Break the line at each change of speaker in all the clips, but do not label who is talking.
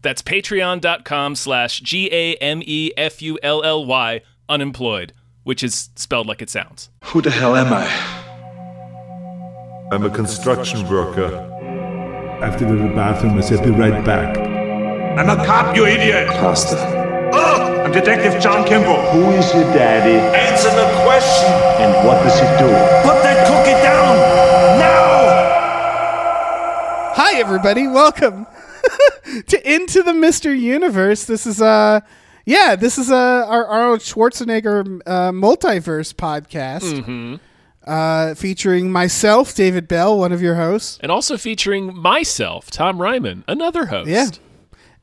That's patreon.com slash G A M E F U L L Y unemployed, which is spelled like it sounds.
Who the hell am I?
I'm a construction worker.
I have to go to the bathroom. I said, be right back.
I'm a cop, you idiot!
Pastor.
Oh, I'm Detective John Kimball.
Who is your daddy
Answer the question!
and what does he do?
Put that cookie down! Now!
Hi, everybody. Welcome to Into the Mister Universe. This is uh yeah, this is uh, our Arnold Schwarzenegger uh, multiverse podcast
Mm-hmm.
uh, featuring myself, David Bell, one of your hosts,
And also featuring myself, Tom Ryman, another host.
Yeah.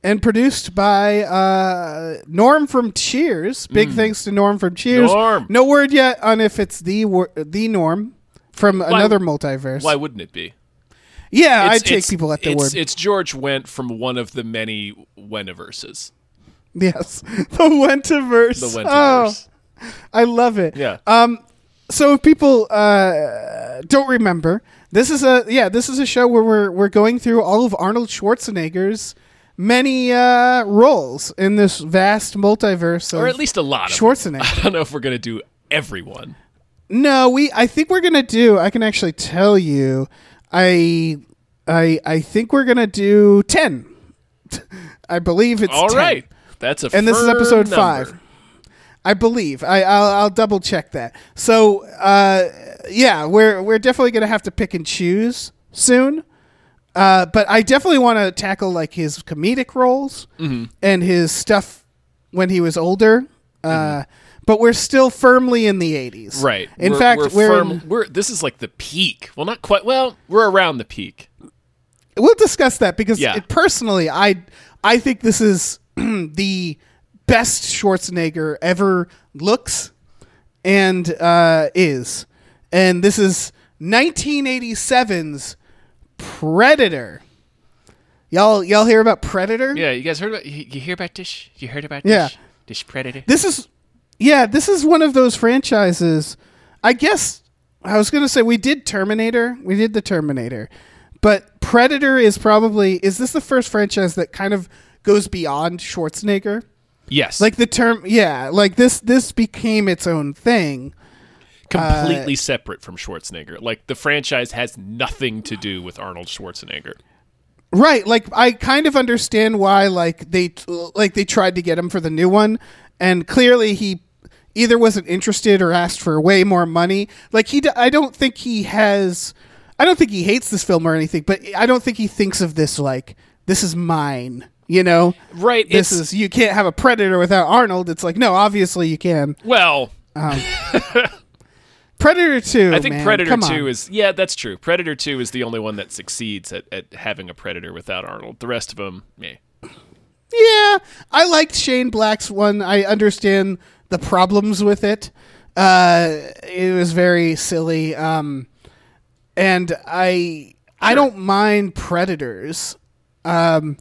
and produced by uh, Norm from Cheers. Big thanks to Norm from Cheers.
Mm. Norm.
No word yet on if it's the wor- the Norm from another multiverse.
Why wouldn't it be?
yeah, I
It's-
take
it's-
people at their
it's,
word.
It's George Went from one of the many Weniverses.
yes, the Wentiverse.
The
Oh, Um,
Wentiverse.
I love it.
Yeah.
so if people uh, don't remember, this is a yeah, this is a show where we're we're going through all of Arnold Schwarzenegger's many uh, roles in this vast multiverse. Of
or at least a lot of
Schwarzenegger.
I don't know if we're going to do everyone.
No, we. I think we're gonna do. I can actually tell you. I I I think we're gonna do ten. I believe it's
All
10.
right. That's a
and this is
firm
episode
number.
five i believe I, I'll, I'll double check that so uh, yeah we're, we're definitely going to have to pick and choose soon uh, but i definitely want to tackle like his comedic roles
Mm-hmm.
and his stuff when he was older uh, but we're still firmly in the 80s
Mm-hmm. Right.
in
We're-
fact
we're,
we're,
firm, we're this is like the peak. Well, not quite. Well, we're around the peak.
we'll discuss that because
Yeah.
it, personally i i think this is the best schwarzenegger ever looks and uh is and this is 1987's predator y'all y'all hear about predator
Yeah, you guys heard about you, you hear about Dish? You heard about
Yeah.
Dish? Dish Predator?
this is yeah this is one of those franchises i guess i was gonna say we did terminator we did the terminator but predator is probably is this the first franchise that kind of goes beyond schwarzenegger
yes.
like uh, the term yeah like this this became its own thing
completely separate from Schwarzenegger. Like the franchise has nothing to do with Arnold Schwarzenegger.
Right, like I kind of understand why like they like they tried to get him for the new one and clearly he either wasn't interested or asked for way more money. Like he d- I don't think he has I don't think he hates this film or anything, but I don't think he thinks of this like this is mine, you know?
Right,
This
it's-
is you can't have a predator without Arnold. It's like no, obviously you can.
Well,
Predator 2.
I think
oh, man,
Predator
come
2
on.
is yeah, that's true. Predator 2 is the only one that succeeds at, at having a predator without Arnold. The rest of them, meh.
Yeah, I liked Shane Black's one. I understand the problems with it. Uh, it was very silly, um, and I I don't mind predators. Um,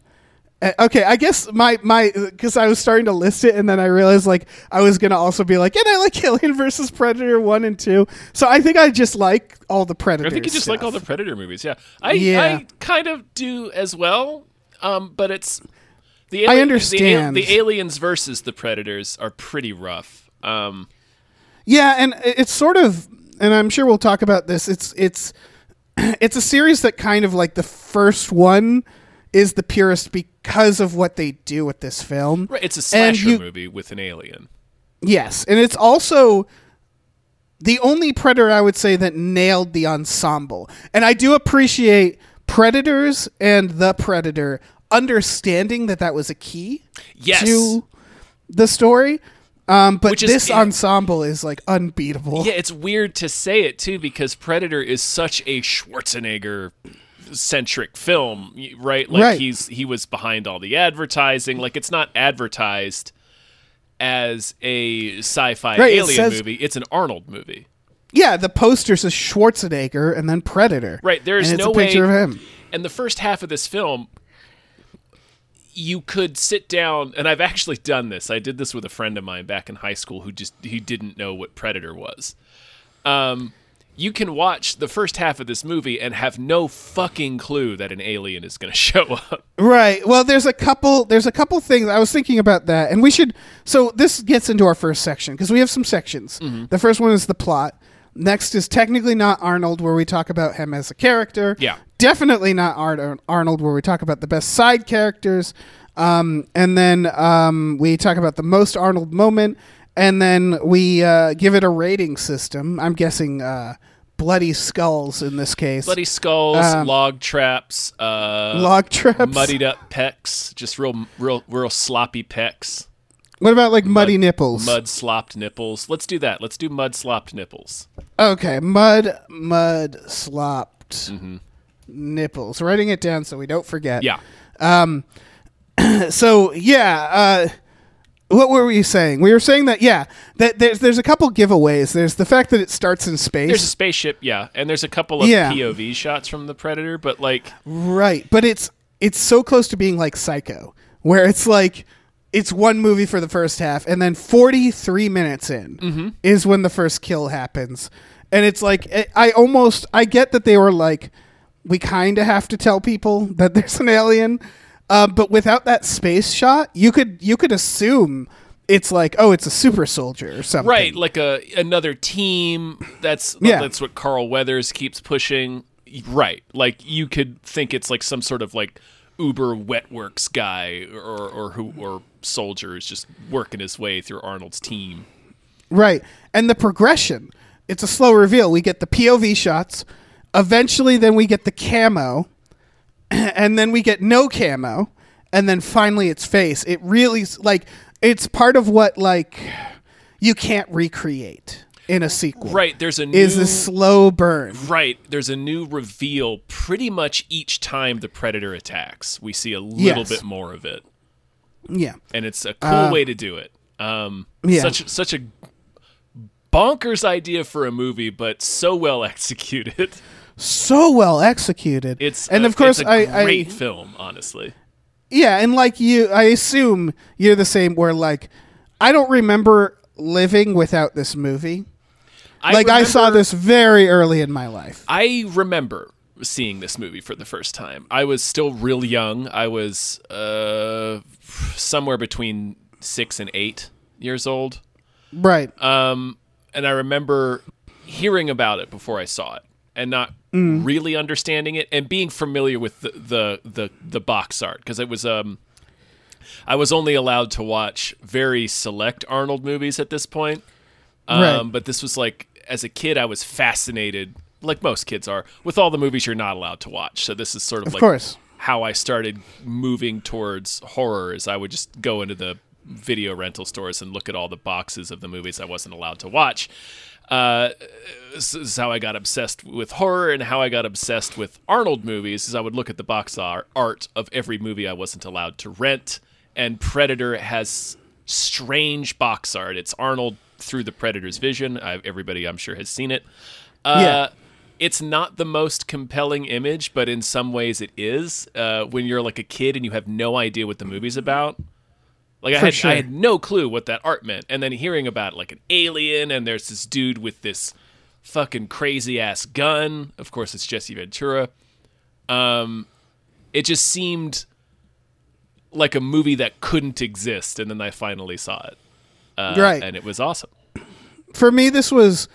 uh, okay, I guess my my because I was starting to list it, and then I realized like I was gonna also be like, and I like Alien versus Predator one and two. So I think I just like all the predators.
I think you just like all the Predator movies. Yeah, I
Yeah.
I kind of do as well. Um, but it's the
I
ali-
understand.
the, al- the aliens versus the Predators are pretty rough. Um,
Yeah, and it- it's sort of, and I'm sure we'll talk about this. It's it's it's a series that kind of like the first one is the purest because of what they do with this film.
right, it's a
And
slasher
you-
movie with an alien.
Yes, and it's also the only predator I would say that nailed the ensemble. And I do appreciate predators and the predator understanding that that was a key
Yes.
to the story. Um, but
Which is-
this ensemble is like unbeatable.
Yeah, it's weird to say it too because Predator is such a Schwarzenegger centric film, y- right? Like
Right.
he's he was behind all the advertising. Like it's not advertised as a sci-fi
Right, it
alien
says-
movie. It's an Arnold movie.
Yeah, the poster says Schwarzenegger and then Predator.
Right, there's
and it's
no
a picture
way-
of him.
And the first half of this film, you could sit down, and I've actually done this. I did this with a friend of mine back in high school who just he didn't know what Predator was. Um, you can watch the first half of this movie and have no fucking clue that an alien is going to show up.
Right. Well, there's a couple. There's a couple things I was thinking about that, and we should. So this gets into our first section because we have some sections.
Mm-hmm.
The first one is the plot. Next is technically not Arnold, where we talk about him as a character.
Yeah.
Definitely not Ar- Arnold, where we talk about the best side characters. Um, and then um, we talk about the most Arnold moment, and then we uh, give it a rating system. I'm guessing uh, bloody skulls in this case.
Bloody skulls, log traps, uh,
Um, log traps.
muddied up pecs, just real, real, real sloppy pecs,
What about like muddy nipples?
mud slopped nipples. Let's do that. Let's do mud slopped nipples.
Uh, Okay, mud, mud, slopped nipples. Writing it down so we don't forget.
Mm-hmm. Yeah.
So yeah, uh, what were we saying? We were saying that yeah, that there's there's a couple giveaways. There's the fact that it starts in space,
There's a spaceship, yeah, and there's a couple of
Yeah.
POV shots from the Predator, but like,
right? But it's it's so close to being like Psycho, where it's like it's one movie for the first half, and then 43 minutes in is when the first kill happens, and it's like I I almost I get that they were like we kind of have to tell people that there's an alien. Uh, but without that space shot, you could you could assume it's like oh, it's a super soldier or something.
right, like a another team. That's
Yeah.
that's what Carl Weathers keeps pushing. Right, like you could think it's like some sort of like Uber Wetworks guy or or who or soldier is just working his way through Arnold's team.
Right. And the progression. It's a slow reveal. We get the POV shots. Eventually, then we get the camo. And then we get no camo. And then finally, it's face. It really, s- like, it's part of what, like, you can't recreate in a sequel.
Right, there's a new
Is the slow burn.
Right. There's a new reveal pretty much each time the Predator attacks. We see a little
Yes.
bit more of it.
Yeah.
and it's a cool way to do it. Um,
Uh, Yeah.
such such a bonkers idea for a movie, but so well executed.
So well executed.
It's
and
a-
of course,
it's a
I
great
I,
film, honestly.
Yeah, and like you, I assume you're the same. Where like, I don't remember living without this movie. like I saw
remember-
this very early in my life.
I remember seeing this movie for the first time. I was still real young. I was uh, somewhere between six and eight years old.
Right.
and I remember hearing about it before I saw it and not really understanding it and being familiar with the the the, the box art because it was um I was only allowed to watch very select Arnold movies at this point. Um
Right.
but this was like as a kid I was fascinated like most kids are with all the movies you're not allowed to watch. So this is sort of,
Of
like
course.
how I started moving towards horror is I would just go into the video rental stores and look at all the boxes of the movies I wasn't allowed to watch. Uh, this is how I got obsessed with horror and how I got obsessed with Arnold movies is I would look at the box ar- art of every movie I wasn't allowed to rent. And Predator has strange box art. It's Arnold through the Predator's vision. I, everybody, I'm sure, has seen it. Uh,
Yeah.
It's not the most compelling image, but in some ways it is. Uh, when you're like a kid and you have no idea what the movie's about, like I
For
had,
sure.
I had no clue what that art meant, and then hearing about like an alien and there's this dude with this fucking crazy ass gun. Of course, it's Jesse Ventura. Um, it just seemed like a movie that couldn't exist, and then I finally saw it, uh,
Right.
And it was awesome.
For me, this was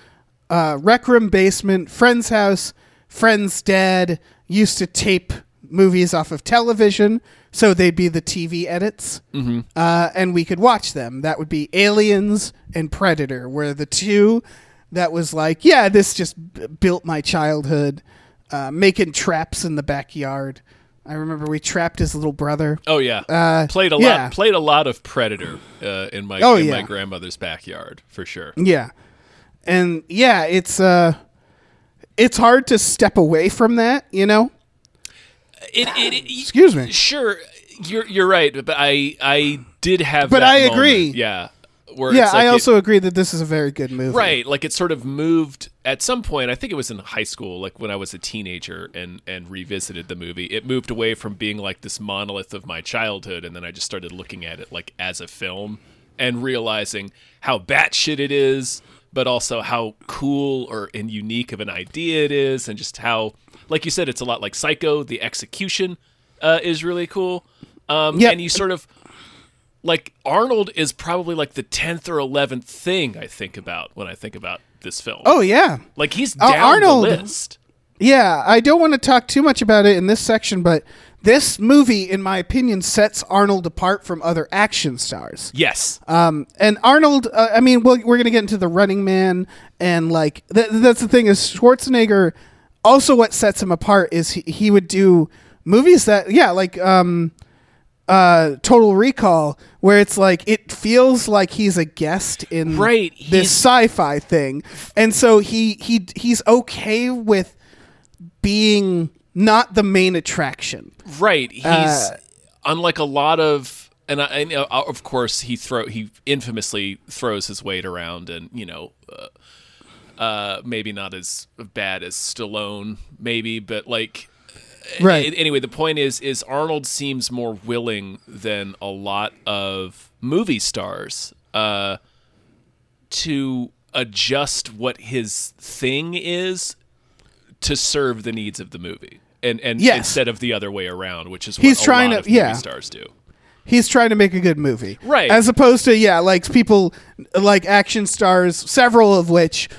uh, rec room basement, friend's house, friend's dad used to tape movies off of television, so they'd be the TV edits, mm-hmm. uh, and we could watch them. That would be Aliens and Predator, were the two that was like, yeah, this just b- built my childhood. Uh, making traps in the backyard. I remember we trapped his little brother.
Oh yeah, played a
Uh, yeah.
lot. Played a lot of Predator uh, in my
Oh,
in my
yeah. Mm.
grandmother's backyard for sure.
Yeah. And yeah, it's uh it's hard to step away from that, you know?
It, it, it-
Excuse me.
Sure, you're you're right, but I I did have.
But
that
I
moment,
agree.
Yeah. Where
Yeah,
it's like
I
it-
also agree that this is a very good movie.
right like it sort of moved at some point i think it was in high school like when i was a teenager and and revisited the movie it moved away from being like this monolith of my childhood and then i just started looking at it like as a film and realizing how batshit it is but also how cool or and unique of an idea it is and just how like you said it's a lot like psycho the execution uh, is really cool um,
Yep.
and you sort of like Arnold is probably like the tenth or eleventh thing I think about when I think about this film.
Oh yeah.
like he's down
Arnold.
the list.
Yeah, I don't want to talk too much about it in this section, but this movie, in my opinion, sets Arnold apart from other action stars.
Yes,
Uh, And Arnold, uh, I mean, we'll, we're going to get into the Running Man, and like th- that's the thing is Schwarzenegger. Also, what sets him apart is he, he would do movies that yeah, like um, uh, Total Recall, where it's like it feels like he's a guest in
Right,
this
he's-
sci-fi thing, and so he he he's okay with being not the main attraction.
right. He's
uh,
unlike a lot of, and I, and, uh, of course he throw he infamously throws his weight around, and you know, uh, uh, maybe not as bad as Stallone, maybe, but like
Right.
A- anyway, the point is, is Arnold seems more willing than a lot of movie stars uh, to adjust what his thing is to serve the needs of the movie, and and
Yes.
instead of the other way around, which is what
He's
a
trying
lot
to-
of movie
yeah.
stars do.
he's trying to make a good movie
Right.
as opposed to yeah like people like action stars several of which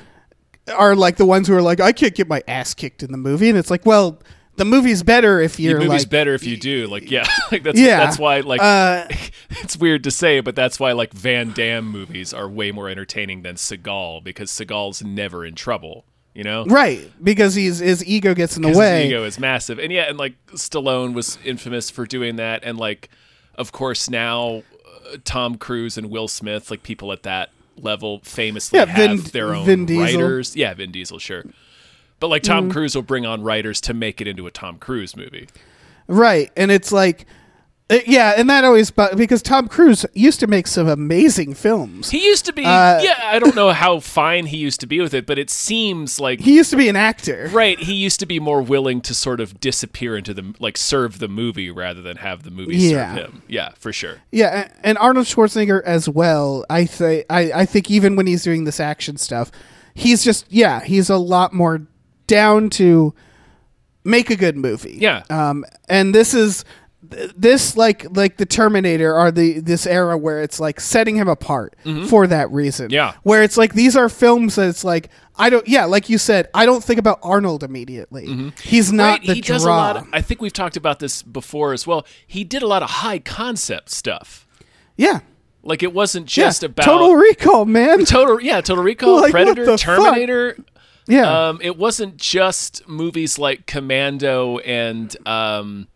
are like the ones who are like i can't get my ass kicked in the movie and it's like well the movie's better if
The
you're
movie's
like
better if you do, like yeah, like that's
Yeah. Uh,
that's why like it's weird to say, but that's why like Van Damme movies are way more entertaining than Seagal because Seagal's never in trouble, you know?
right because he's his ego gets in the
'Cause
way
His ego is massive, and yeah, and like Stallone was infamous for doing that, and like, of course, now uh, Tom Cruise and Will Smith, like people at that level, famously
Yeah,
have
Vin-
their own
Vin Diesel. Mm-hmm.
writers. Yeah, Vin Diesel, sure. But like Tom Cruise will bring on writers to make it into a Tom Cruise movie.
right and it's like it- yeah and that always bu- because tom cruise used to make some amazing films
He used to be,
Uh,
yeah, I don't know how fine he used to be with it, but it seems like
he used to be an actor
Right, he used to be more willing to sort of disappear into the like serve the movie rather than have the movie
Yeah.
serve him. Yeah, for sure.
Yeah, a- and Arnold Schwarzenegger as well. I think I, I think even when he's doing this action stuff, he's just yeah, he's a lot more down to make a good movie.
Yeah.
Um, and this is th- this like like the Terminator are the this era where it's like setting him apart for that reason.
Mm-hmm. Yeah.
Where it's like these are films that it's like I don't yeah, like you said, I don't think about Arnold immediately. He's not
Mm-hmm. Right,
the
he
draw.
does a lot. of- I think we've talked about this before as well. He did a lot of high concept stuff.
yeah.
Like it wasn't
Yeah.
just about
Total Recall, man.
Total- yeah, Total Recall,
Like, what
Predator,
the fuck?
Terminator.
yeah.
Um, it wasn't just movies like Commando and um,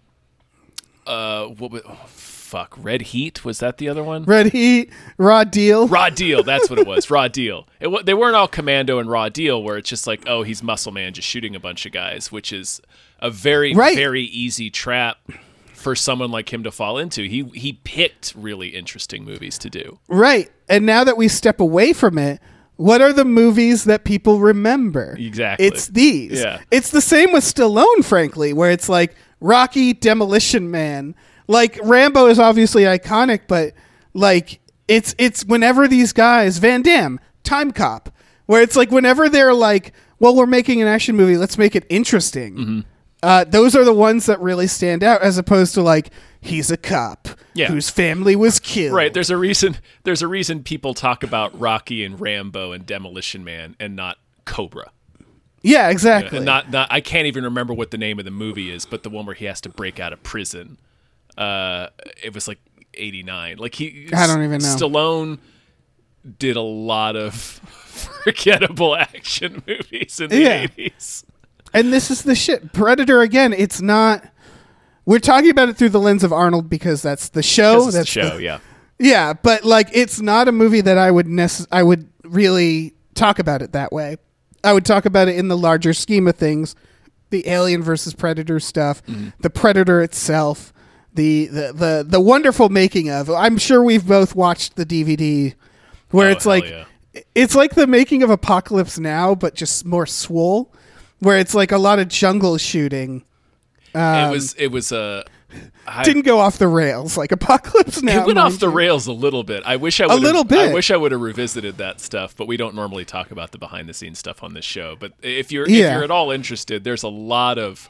uh, what was, oh, fuck Red Heat was that the other one?
Red Heat, Raw Deal.
Raw Deal, that's what it was. Raw Deal. It, wa- they weren't all Commando and Raw Deal, where it's just like, oh, he's Muscle Man just shooting a bunch of guys, which is a very,
Right.
very easy trap for someone like him to fall into. He he picked really interesting movies to do.
Right. And now that we step away from it, what are the movies that people remember?
Exactly.
It's these.
Yeah.
It's the same with Stallone, frankly, where it's like Rocky, Demolition Man. Like Rambo is obviously iconic, but like it's it's whenever these guys, Van Damme, Time Cop, where it's like whenever they're like, well, we're making an action movie, let's make it interesting.
Mm-hmm.
Uh, those are the ones that really stand out, as opposed to like he's a cop
Yeah.
whose family was killed.
Right. There's a reason. There's a reason people talk about Rocky and Rambo and Demolition Man and not Cobra.
Yeah, exactly.
And not, not I can't even remember what the name of the movie is, but the one where he has to break out of prison. Uh, it was like '89. Like he,
I don't even know.
Stallone did a lot of forgettable action movies in the
Yeah.
'80s.
and this is the shit. Predator again. It's not. We're talking about it through the lens of Arnold because that's the show.
This is the
Oh, that's
show, yeah.
yeah, but like it's not a movie that I would necess- I would really talk about it that way. I would talk about it in the larger scheme of things the Alien versus Predator stuff,
Mm-hmm.
the Predator itself, the, the the the wonderful making of. I'm sure we've both watched the DVD where
Oh,
it's
hell
like
yeah.
it's like the making of Apocalypse Now, but just more swole, where it's like a lot of jungle shooting.
it
Um,
was it was uh, I-
Didn't go off the rails like Apocalypse Now.
it went off
mind
the
you.
rails a little bit. I wish I would
little bit.
I wish I would have revisited that stuff, but we don't normally talk about the behind the scenes stuff on this show. But if you're if
Yeah.
you're at all interested, there's a lot of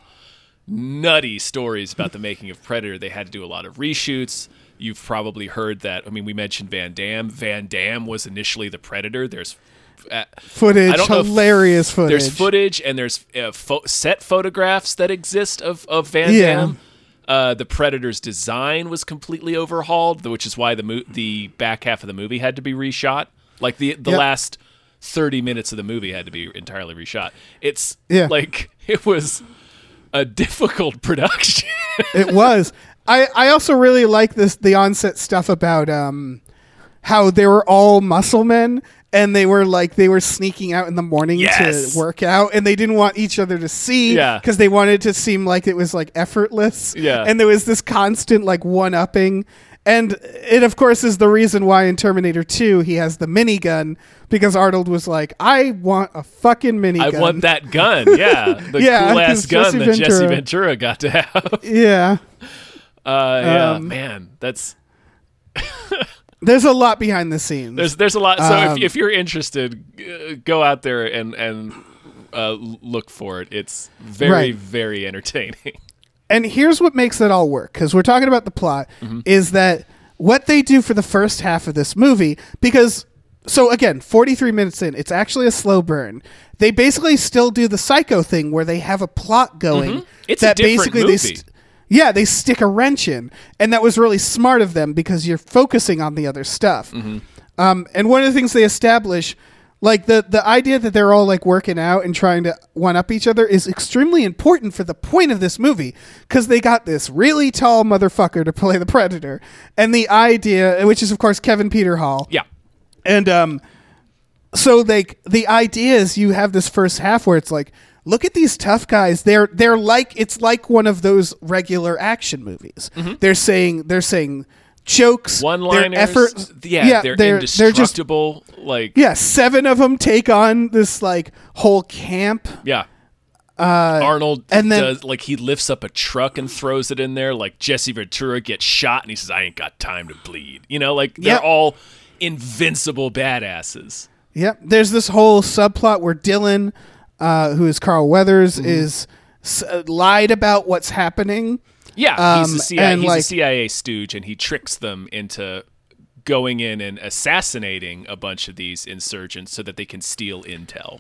nutty stories about the making of Predator. They had to do a lot of reshoots. You've probably heard that. I mean, we mentioned Van Damme. Van Damme was initially the Predator. There's uh,
Footage,
know if-
hilarious footage.
There's footage and there's uh, pho- set photographs that exist of of Van
Yeah.
Damme. Uh, the Predator's design was completely overhauled, th- which is why the mo- the back half of the movie had to be reshot. Like the the
Yep.
last thirty minutes of the movie had to be entirely reshot. It's
Yeah.
like it was a difficult production.
it was. I, I also really like this the onset stuff about um how they were all muscle men and they were like they were sneaking out in the morning
Yes.
to work out and they didn't want each other to see
Yeah.
because they wanted to seem like it was like effortless
Yeah.
and there was this constant like one upping and it of course is the reason why in Terminator 2 he has the minigun because Arnold was like I want a fucking
I
minigun
want that gun, yeah, the
Yeah,
cool ass
'cause
gun
Jesse
that Jesse
Ventura-
Ventura got to have.
yeah
Uh, yeah,
Um,
man, that's
there's a lot behind the scenes
There's there's a lot. So
Um,
if, if you're interested, g- go out there and and uh, look for it. It's very
Right.
very entertaining.
and here's what makes it all work because we're talking about the plot
Mm-hmm.
is that what they do for the first half of this movie because so again 43 minutes in it's actually a slow burn they basically still do the psycho thing where they have a plot going
Mm-hmm. It's a different
they
movie.
yeah they stick a wrench in and that was really smart of them because you're focusing on the other stuff
Mm-hmm.
um, and one of the things they establish like the the idea that they're all like working out and trying to one up each other is extremely important for the point of this movie because they got this really tall motherfucker to play the predator and the idea which is of course kevin peter hall
yeah,
and um, so they the idea is you have this first half where it's like, look at these tough guys. They're they're like it's like one of those regular action movies.
Mm-hmm.
They're saying they're saying jokes,
one liners.
their effort.
Yeah, they're,
just
indestructible. like yeah,
yeah. Seven of them take on this like whole camp.
Arnold
Uh, and then-
does like he lifts up a truck and throws it in there. Like Jesse Ventura gets shot and he says, "I ain't got time to bleed." You know, like they're
Yep.
all invincible badasses.
Yep. There's this whole subplot where Dylan, uh, who is Carl Weathers, is s- uh, lied about what's happening.
Yeah, he's, a
Um,
CIA,
and,
he's a
like-
CIA stooge, and he tricks them into going in and assassinating a bunch of these insurgents so that they can steal intel.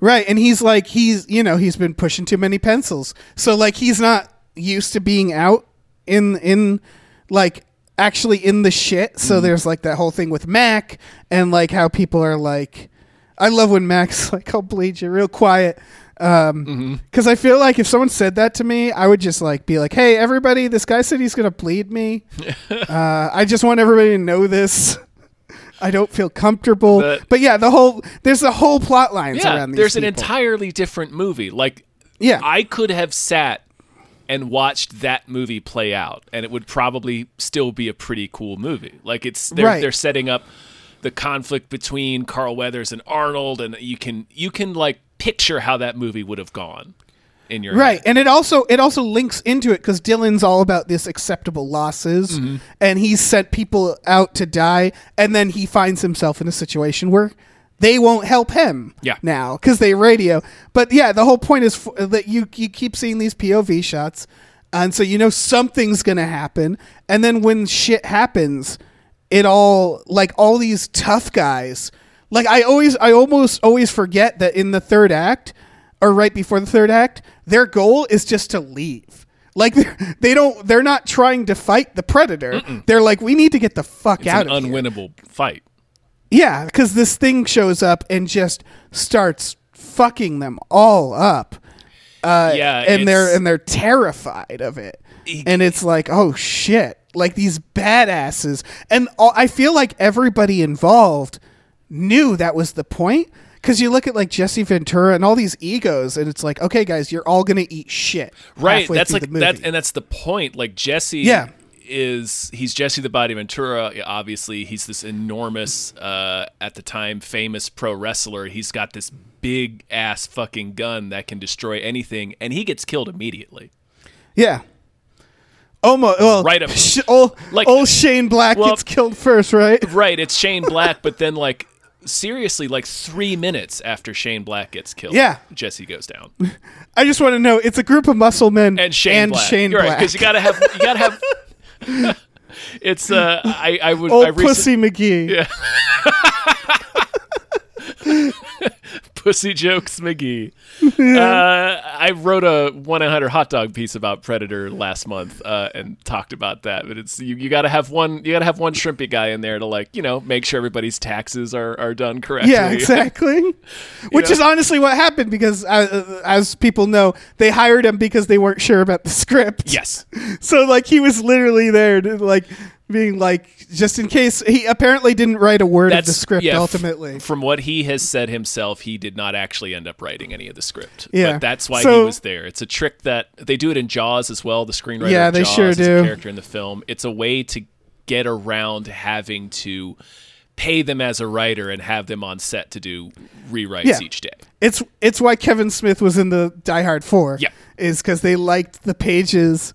Right, and he's like he's you know he's been pushing too many pencils, so like he's not used to being out in in like actually in the shit. So there's like that whole thing with Mac and like how people are like, I love when Mac's like, "I'll bleed you," real quiet. Um 'cause because I feel like if someone said that to me, I would just like be like, "Hey, everybody, this guy said he's gonna bleed me. uh, I just want everybody to know this." I don't feel comfortable,
The-
but yeah, the whole there's the whole plot lines around these
there's an
people.
entirely different movie. Like,
Yeah.
I could have sat and watched that movie play out, and it would probably still be a pretty cool movie. Like, it's they're,
Right.
they're setting up the conflict between Carl Weathers and Arnold, and you can you can like picture how that movie would have gone in your
right
head.
and it also it also links into it because dylan's all about this acceptable losses
Mm-hmm.
and he sent people out to die and then he finds himself in a situation where they won't help him
Yeah.
now because they radio but yeah the whole point is f- that you, you keep seeing these pov shots and so you know something's gonna happen and then when shit happens it all like all these tough guys like i always i almost always forget that in the third act or right before the third act their goal is just to leave like they're- they don't they're not trying to fight the predator they're like we need to get the fuck
It's
out
an
of here
unwinnable fight.
yeah because this thing shows up and just starts fucking them all up
yeah,
and they're
Uh, it's- E
and they're terrified of it and it's like oh shit like these badasses and all, i feel like everybody involved knew that was the point Because you look at like Jesse Ventura and all these egos, and it's like, okay, guys, you're all gonna eat shit.
right
halfway
that's
through
like
the
that
movie.
and that's the point like jesse
Yeah.
is he's jesse the body ventura yeah, obviously he's this enormous uh at the time famous pro wrestler he's got this big ass fucking gun that can destroy anything and he gets killed immediately
yeah. Almost well,
Right up-
sh- old,
like-
old Shane Black
Well-
gets killed first, right?
right it's shane black but then like seriously like three minutes after shane black gets killed
Yeah.
jesse goes down
I just want to know. It's a group of muscle men
and Shane Black.
Shane
You're
Black.
because you gotta have you gotta have. it's uh, I I would
old
I recent-
Pussy McGee.
pussy jokes McGee. Uh, I wrote a one hundred hot dog piece about Predator last month uh, and talked about that. But it's you, you gotta have one you gotta have one shrimpy guy in there to like you know make sure everybody's taxes are are done correctly.
Yeah, exactly. Which
know?
is honestly what happened because, uh, as people know, they hired him because they weren't sure about the script.
yes.
So like he was literally there, to, like being like, just in case. He apparently didn't write a word of the script.
yeah, f-
ultimately,
from what he has said himself, he did not actually end up writing any of the script.
Yeah.
But that's why he
So-
was there. It's a trick that they do it in Jaws as well. The screenwriter,
Yeah,
of
they
Jaws
sure
is
do.
A character in the film. It's a way to get around having to pay them as a writer and have them on set to do rewrites
Yeah.
each day.
it's it's why Kevin Smith was in the Die Hard Four.
Yeah.
is because they liked the pages.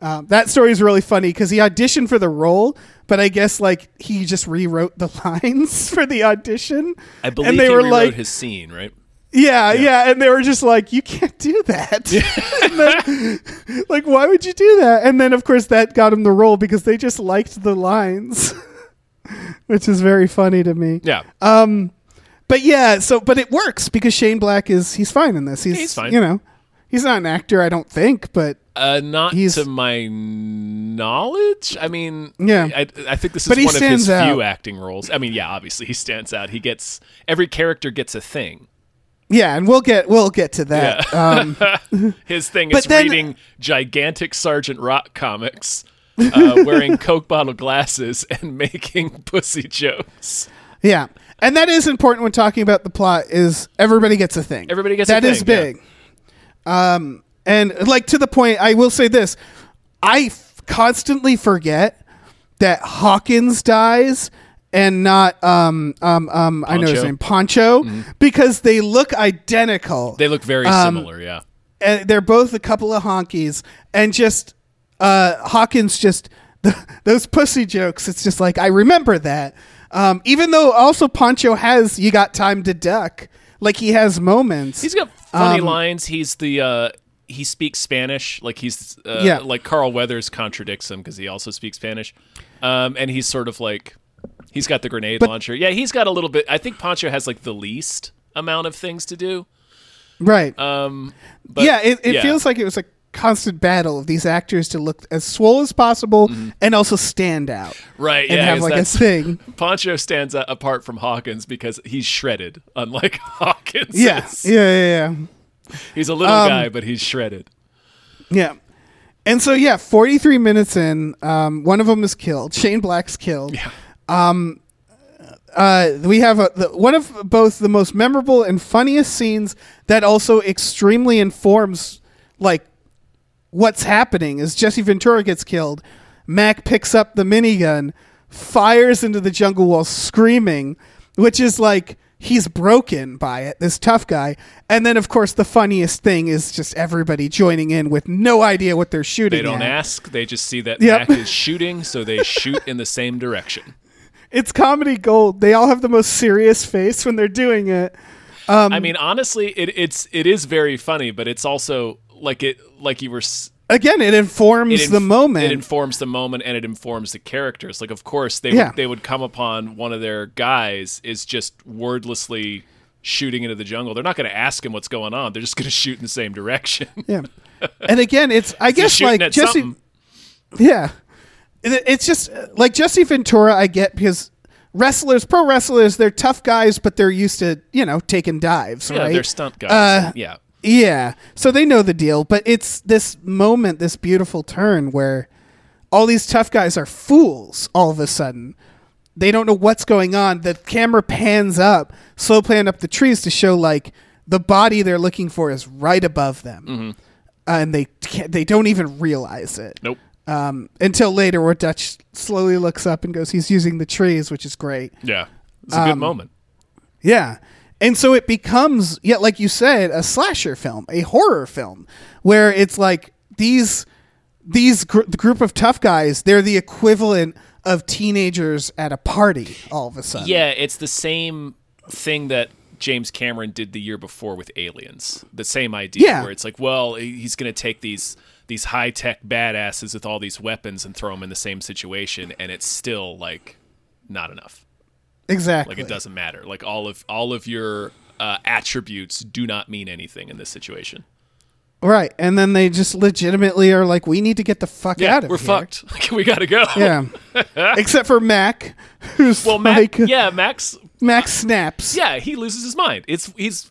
Um, that story is really funny because he auditioned for the role, but I guess like he just rewrote the lines for the audition.
I believe
and they
he
were
rewrote
like,
his scene, right?
Yeah, yeah, and they were just like, "You can't do that." And then, like, why would you do that? And then, of course, that got him the role because they just liked the lines, which is very funny to me.
Yeah.
But yeah, so but it works because Shane Black is he's fine in this. He's,
He's fine.
You know, he's not an actor, I don't think, but
Uh, not
He's-
to my knowledge. I mean,
Yeah.
I, I think this is
But he
one of his
stands out.
few acting roles. I mean, yeah, obviously he stands out. He gets every character gets a thing.
yeah, and we'll get we'll get to that. Um,
His thing
But
is
then-
reading gigantic Sergeant Rock comics, uh, wearing Coke bottle glasses, and making pussy jokes.
yeah, and that is important when talking about the plot. Is everybody gets a thing?
Everybody gets a
That is
thing, yeah.
big. Um, and like to the point, I will say this: I f- constantly forget that Hawkins dies and not um um um I know his
Poncho. Mm-hmm.
name Poncho because they look identical.
They look very
Um,
similar. Yeah,
and they're both a couple of honkies and just uh hawkins just those pussy jokes it's just like i remember that um even though also poncho has you got time to duck like he has moments
he's got
Um,
funny lines. He's the uh, he speaks Spanish. Like he's uh,
Yeah.
like Carl Weathers contradicts him because he also speaks Spanish, um, and he's sort of like he's got the grenade launcher. Yeah, he's got a little bit. I think Poncho has like the least amount of things to do.
right
Um, but
yeah it, it feels like it was a constant battle of these actors to look as swole as possible and also stand out
Mm-hmm. right.
and
yeah,
have
'cause
like a
that's-
thing
Poncho stands a- apart from Hawkins because he's shredded, unlike Hawkins.
yeah
is.
yeah Um, yeah yeah
He's a little guy, but he's shredded.
Yeah. And so yeah, 43 minutes in, um, one of them is killed. Shane Black's killed. Yeah. Um uh, we have a, the, one of both the most memorable and funniest scenes that also extremely informs like what's happening is Jesse Ventura gets killed. Mac picks up the minigun, fires into the jungle wall screaming, which is like he's broken by it, this tough guy. And then, of course, the funniest thing is just everybody joining in with no idea what they're shooting
They don't
at.
ask. They just see that
Yep.
Mac is shooting, so they shoot in the same direction.
It's comedy gold. They all have the most serious face when they're doing it. Um,
I mean, honestly, it, it's it is very funny, but it's also like it like you were. s-
Again, it informs
It inf-
the moment.
It informs the moment, and it informs the characters. Like, of course, they
Yeah.
would, they would come upon one of their guys is just wordlessly shooting into the jungle. They're not going to ask him what's going on. They're just going to shoot in the same direction.
yeah. And again, it's I
He's
guess
shooting
like
at
Jesse
something.
Yeah. It- It's just uh, like Jesse Ventura, I get because wrestlers, pro wrestlers, they're tough guys, but they're used to, you know, taking dives,
Yeah,
right?
they're stunt guys.
Uh,
yeah.
Yeah. So they know the deal, but it's this moment, this beautiful turn where all these tough guys are fools all of a sudden. They don't know what's going on. The camera pans up, slow pan up the trees to show like the body they're looking for is right above them, Uh, and they can't, they don't even realize it
Nope.
um, until later where Dutch slowly looks up and goes, "He's using the trees," which is great.
Yeah. It's
um,
a good moment.
Yeah. And so it becomes, yeah, like you said, a slasher film, a horror film, where it's like these these gr- the group of tough guys, they're the equivalent of teenagers at a party all of a sudden.
Yeah, it's the same thing that James Cameron did the year before with Aliens. The same idea
Yeah.
where it's like, well, he- he's going to take these these high tech badasses with all these weapons and throw them in the same situation, and it's still like not enough.
exactly.
Like it doesn't matter. Like all of all of your uh, attributes do not mean anything in this situation.
Right. And then they just legitimately are like, we need to get the fuck
Yeah,
out of
we're
here.
fucked. we got to go.
Yeah. Except for Mac, who's
Well, Mac,
like, uh,
yeah, Max
Mac snaps.
yeah, he loses his mind. It's he's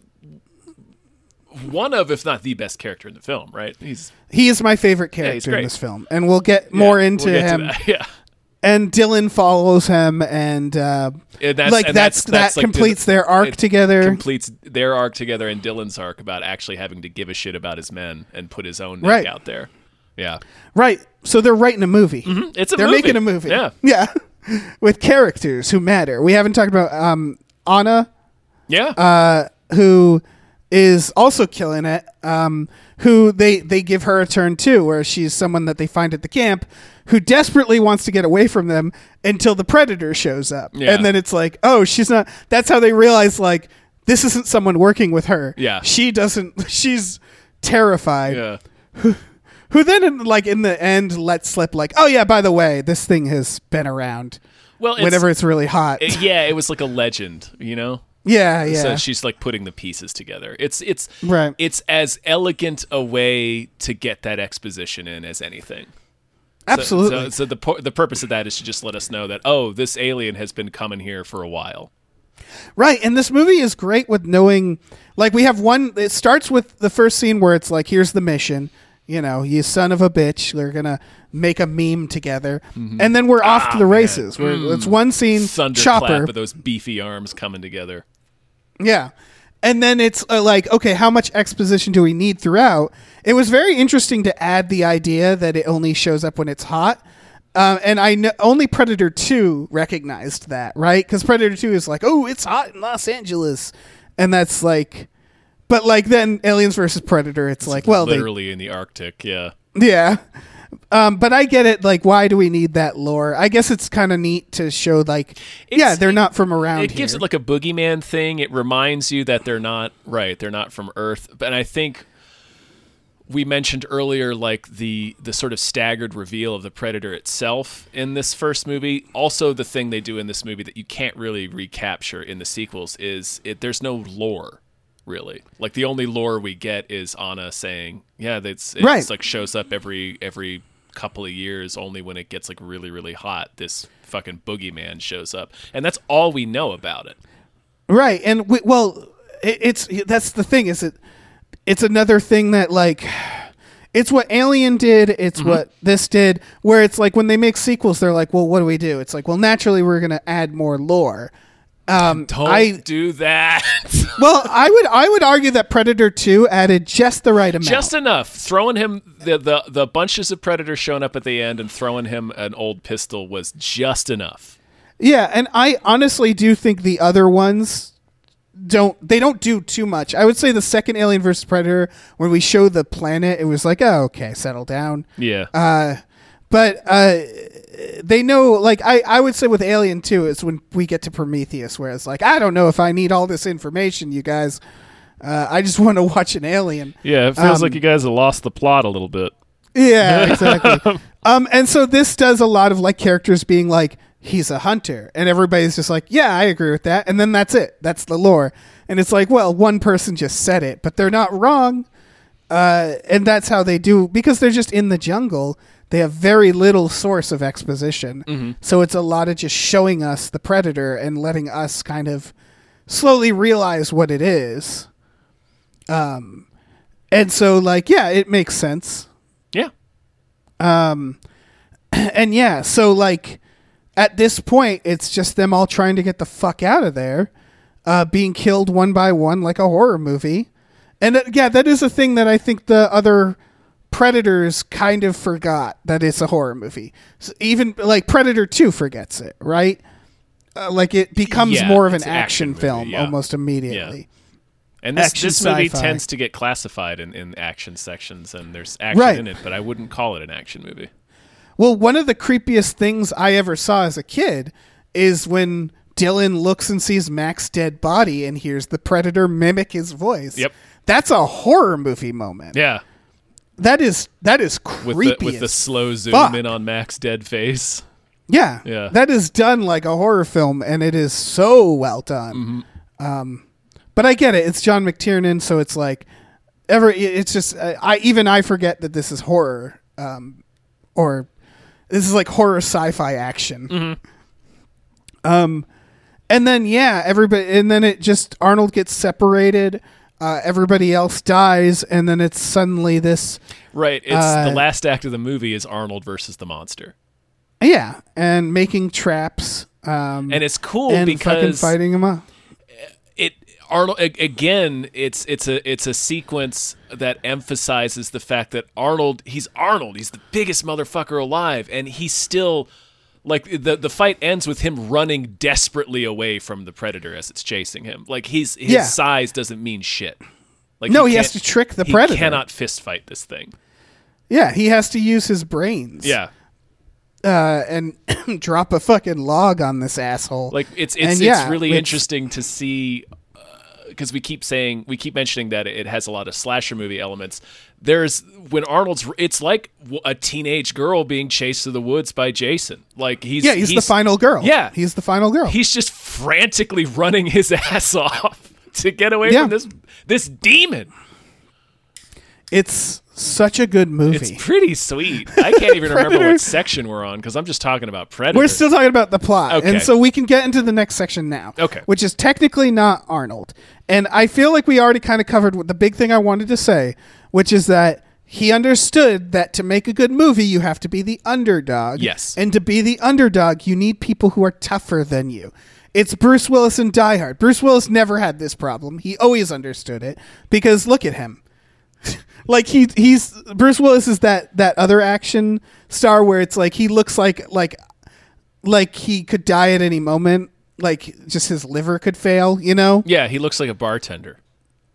one of, if not the best character in the film, right? He's
He is my favorite
he's
character
great.
in this film, and we'll get more
yeah,
into
we'll get to
him.
that. Yeah,
and Dylan follows him, and, uh,
And that's-
like
and that's-
that's, that
that's, like,
completes
the-
their arc
it
together.
completes their arc together and Dylan's arc about actually having to give a shit about his men and put his own neck
Right.
out there. Yeah,
right, so they're writing a movie.
Mm-hmm. it's a
They're
movie.
making a movie.
Yeah,
yeah, with characters who matter. We haven't talked about um, Anna,
yeah.
Uh, who is also killing it. Um, who they they give her a turn too, where she's someone that they find at the camp who desperately wants to get away from them until the predator shows up,
Yeah.
and then it's like, oh, she's not. That's how they realize like this isn't someone working with her.
Yeah.
she doesn't. She's terrified.
yeah.
Who then in, like in the end lets slip like, oh yeah, by the way, this thing has been around.
Well, it's,
whenever it's really hot.
it- yeah, it was like a legend, you know.
yeah, yeah.
So she's like putting the pieces together. It's it's
Right.
It's as elegant a way to get that exposition in as anything. So-
Absolutely.
So, so the por- the purpose of that is to just let us know that oh, this alien has been coming here for a while.
Right, and this movie is great with knowing like we have one it starts with the first scene where it's like here's the mission, you know, you son of a bitch, they're going to make a meme together. And then we're off to the races. We're, it's one scene
Thunderclap
chopper.
of those beefy arms coming together.
Yeah. And then it's uh, like, okay, how much exposition do we need throughout? It was very interesting to add the idea that it only shows up when it's hot. Um, and I know only Predator 2 recognized that, right? Because Predator 2 is like, oh, it's hot in Los Angeles. And that's like, but like then Aliens versus Predator, it's like, well, they,
literally in the Arctic. Yeah.
yeah. Um, but I get it. Like, why do we need that lore? I guess it's kind of neat to show, like, yeah,
It's-
they're
it-
not from around
It gives
here.
it like a boogeyman thing. It reminds you that they're not right. They're not from Earth. And I think we mentioned earlier, like the the sort of staggered reveal of the predator itself in this first movie. Also, the thing they do in this movie that you can't really recapture in the sequels is it. There's no lore. Really, like the only lore we get is Anna saying, "Yeah, that's it's
Right.
like shows up every every couple of years only when it gets like really really hot this fucking boogeyman shows up and that's all we know about it
right and we, well it, it's that's the thing is it it's another thing that like it's what alien did it's what this did where it's like when they make sequels they're like well what do we do it's like well naturally we're going to add more lore um
don't
i
do that
well i would i would argue that predator 2 added just the right amount
just enough throwing him the, the the bunches of predators showing up at the end and throwing him an old pistol was just enough
Yeah, and I honestly do think the other ones don't they don't do too much. I would say the second Alien vs Predator when we show the planet, it was like, oh, okay, settle down.
yeah
Uh, But uh, they know, like I, I would say with Alien Two is when we get to Prometheus, where it's like, I don't know if I need all this information, you guys. Uh, I just want to watch an alien.
yeah it
um,
feels like you guys have lost the plot a little bit
Yeah, exactly. um, and so this does a lot of like characters being like, he's a hunter, and everybody's just like, yeah, I agree with that, and then that's it. That's the lore, and it's like, well, one person just said it, but they're not wrong, uh, and that's how they do because they're just in the jungle. They have very little source of exposition, so it's a lot of just showing us the predator and letting us kind of slowly realize what it is. Um, and so like, yeah, it makes sense
yeah
and yeah so like at this point, it's just them all trying to get the fuck out of there, uh, being killed one by one like a horror movie. And that, yeah, that is a thing that I think the other Predators kind of forgot that it's a horror movie. So even like Predator 2 forgets it, right? Uh, like it becomes
Yeah,
more of an
it's
action,
an action movie,
film
yeah.
almost immediately.
And this,
Action
this movie
sci-fi.
tends to get classified in, in action sections, and there's action
Right.
in it, but I wouldn't call it an action movie.
Well, one of the creepiest things I ever saw as a kid is when Dylan looks and sees Mac's dead body and hears the predator mimic his voice.
Yep.
That's a horror movie moment.
Yeah,
That is that is
with
creepy.
the with the
as-
slow zoom
fuck.
in on Mac's dead face.
yeah.
Yeah.
That is done like a horror film and it is so well done. Um
Mm-hmm.
but I get it. It's John McTiernan, so it's like ever it- it's just uh, I even I forget that this is horror um or this is like horror sci-fi action. Um
Mm-hmm.
and then yeah, everybody and then it just Arnold gets separated, uh, everybody else dies and then it's suddenly this
Right. It's
Uh,
the last act of the movie is Arnold versus the monster.
Yeah, and making traps. Um,
And it's cool
and fucking
because
fighting him up.
it Arnold a- again. It's it's a it's a sequence that emphasizes the fact that Arnold he's Arnold. He's the biggest motherfucker alive, and he's still like the the fight ends with him running desperately away from the predator as it's chasing him. Like he's his
Yeah.
size doesn't mean shit. Like
No, he has
can't-
to trick the
he
predator.
cannot fist fight this thing.
Yeah, he has to use his brains.
Yeah.
uh, and drop a fucking log on this asshole.
like it's it's,
And yeah,
it's really
it's-
interesting to see because we keep saying we keep mentioning that it has a lot of slasher movie elements there's when arnold's it's like w- a teenage girl being chased through the woods by jason like he's
yeah, he's, the final girl.
yeah.
he's the final girl.
he's just frantically running his ass off to get away
Yeah.
from this this demon
it's such a good
it's
movie.
pretty sweet i can't even remember
Predator.
what section we're on because i'm just talking about predator
We're still talking about the plot,
Okay.
and so we can get into the next section now.
Okay.
which is technically not Arnold, and I feel like we already kind of covered what the big thing I wanted to say, which is that he understood that to make a good movie, you have to be the underdog.
Yes.
and to be the underdog, you need people who are tougher than you. It's Bruce Willis in Die Hard. Bruce Willis never had this problem. He always understood it because look at him like he he's Bruce Willis is that that other action star where it's like he looks like like like he could die at any moment like just his liver could fail you know
yeah he looks like a bartender